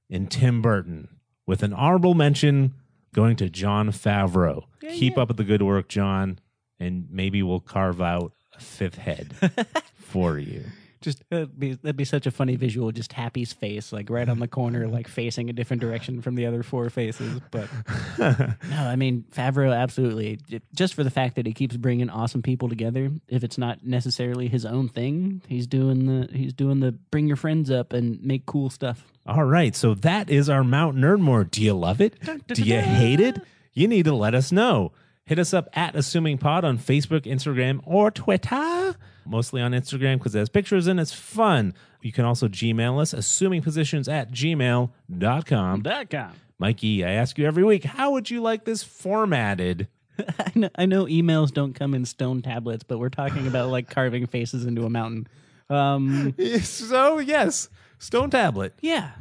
[SPEAKER 3] and Tim Burton, with an honorable mention going to John Favreau.
[SPEAKER 4] Yeah,
[SPEAKER 3] Keep
[SPEAKER 4] yeah.
[SPEAKER 3] up with the good work, John, and maybe we'll carve out a fifth head for you.
[SPEAKER 4] Just that'd be, that'd be such a funny visual. Just Happy's face, like right on the corner, like facing a different direction from the other four faces. But no, I mean Favreau absolutely. J- Just for the fact that he keeps bringing awesome people together. If it's not necessarily his own thing, he's doing the he's doing the bring your friends up and make cool stuff.
[SPEAKER 3] All right, so that is our Mount Nerdmore. Do you love it? Do you hate it? You need to let us know. Hit us up at Assuming Pod on Facebook, Instagram, or Twitter. Mostly on Instagram because it has pictures and it's fun. You can also Gmail us, assumingpositions at gmail.com.
[SPEAKER 4] That guy.
[SPEAKER 3] Mikey, I ask you every week, how would you like this formatted?
[SPEAKER 4] I know, I know emails don't come in stone tablets, but we're talking about like carving faces into a mountain. Um,
[SPEAKER 3] So, yes, stone tablet.
[SPEAKER 4] yeah,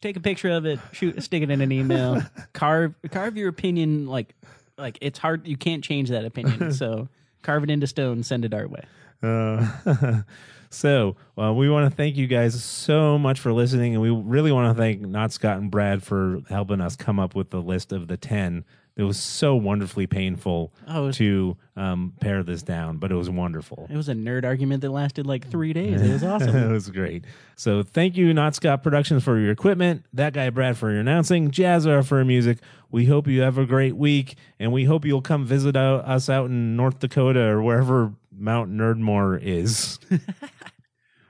[SPEAKER 4] take a picture of it, shoot, stick it in an email, carve carve your opinion. Like, like it's hard. You can't change that opinion. So carve it into stone, send it our way.
[SPEAKER 3] Uh, so uh, we want to thank you guys so much for listening, and we really want to thank Not Scott and Brad for helping us come up with the list of the ten. It was so wonderfully painful
[SPEAKER 4] Oh, it was-
[SPEAKER 3] to um, pare this down, but it was wonderful.
[SPEAKER 4] It was a nerd argument that lasted like three days. It was
[SPEAKER 3] it
[SPEAKER 4] awesome.
[SPEAKER 3] was great. So thank you, Not Scott Productions, for your equipment. That guy Brad for your announcing. Jazzar for your music. We hope you have a great week, and we hope you'll come visit out, us out in North Dakota or wherever Mount Nerdmore is.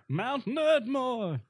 [SPEAKER 4] Mount Nerdmore.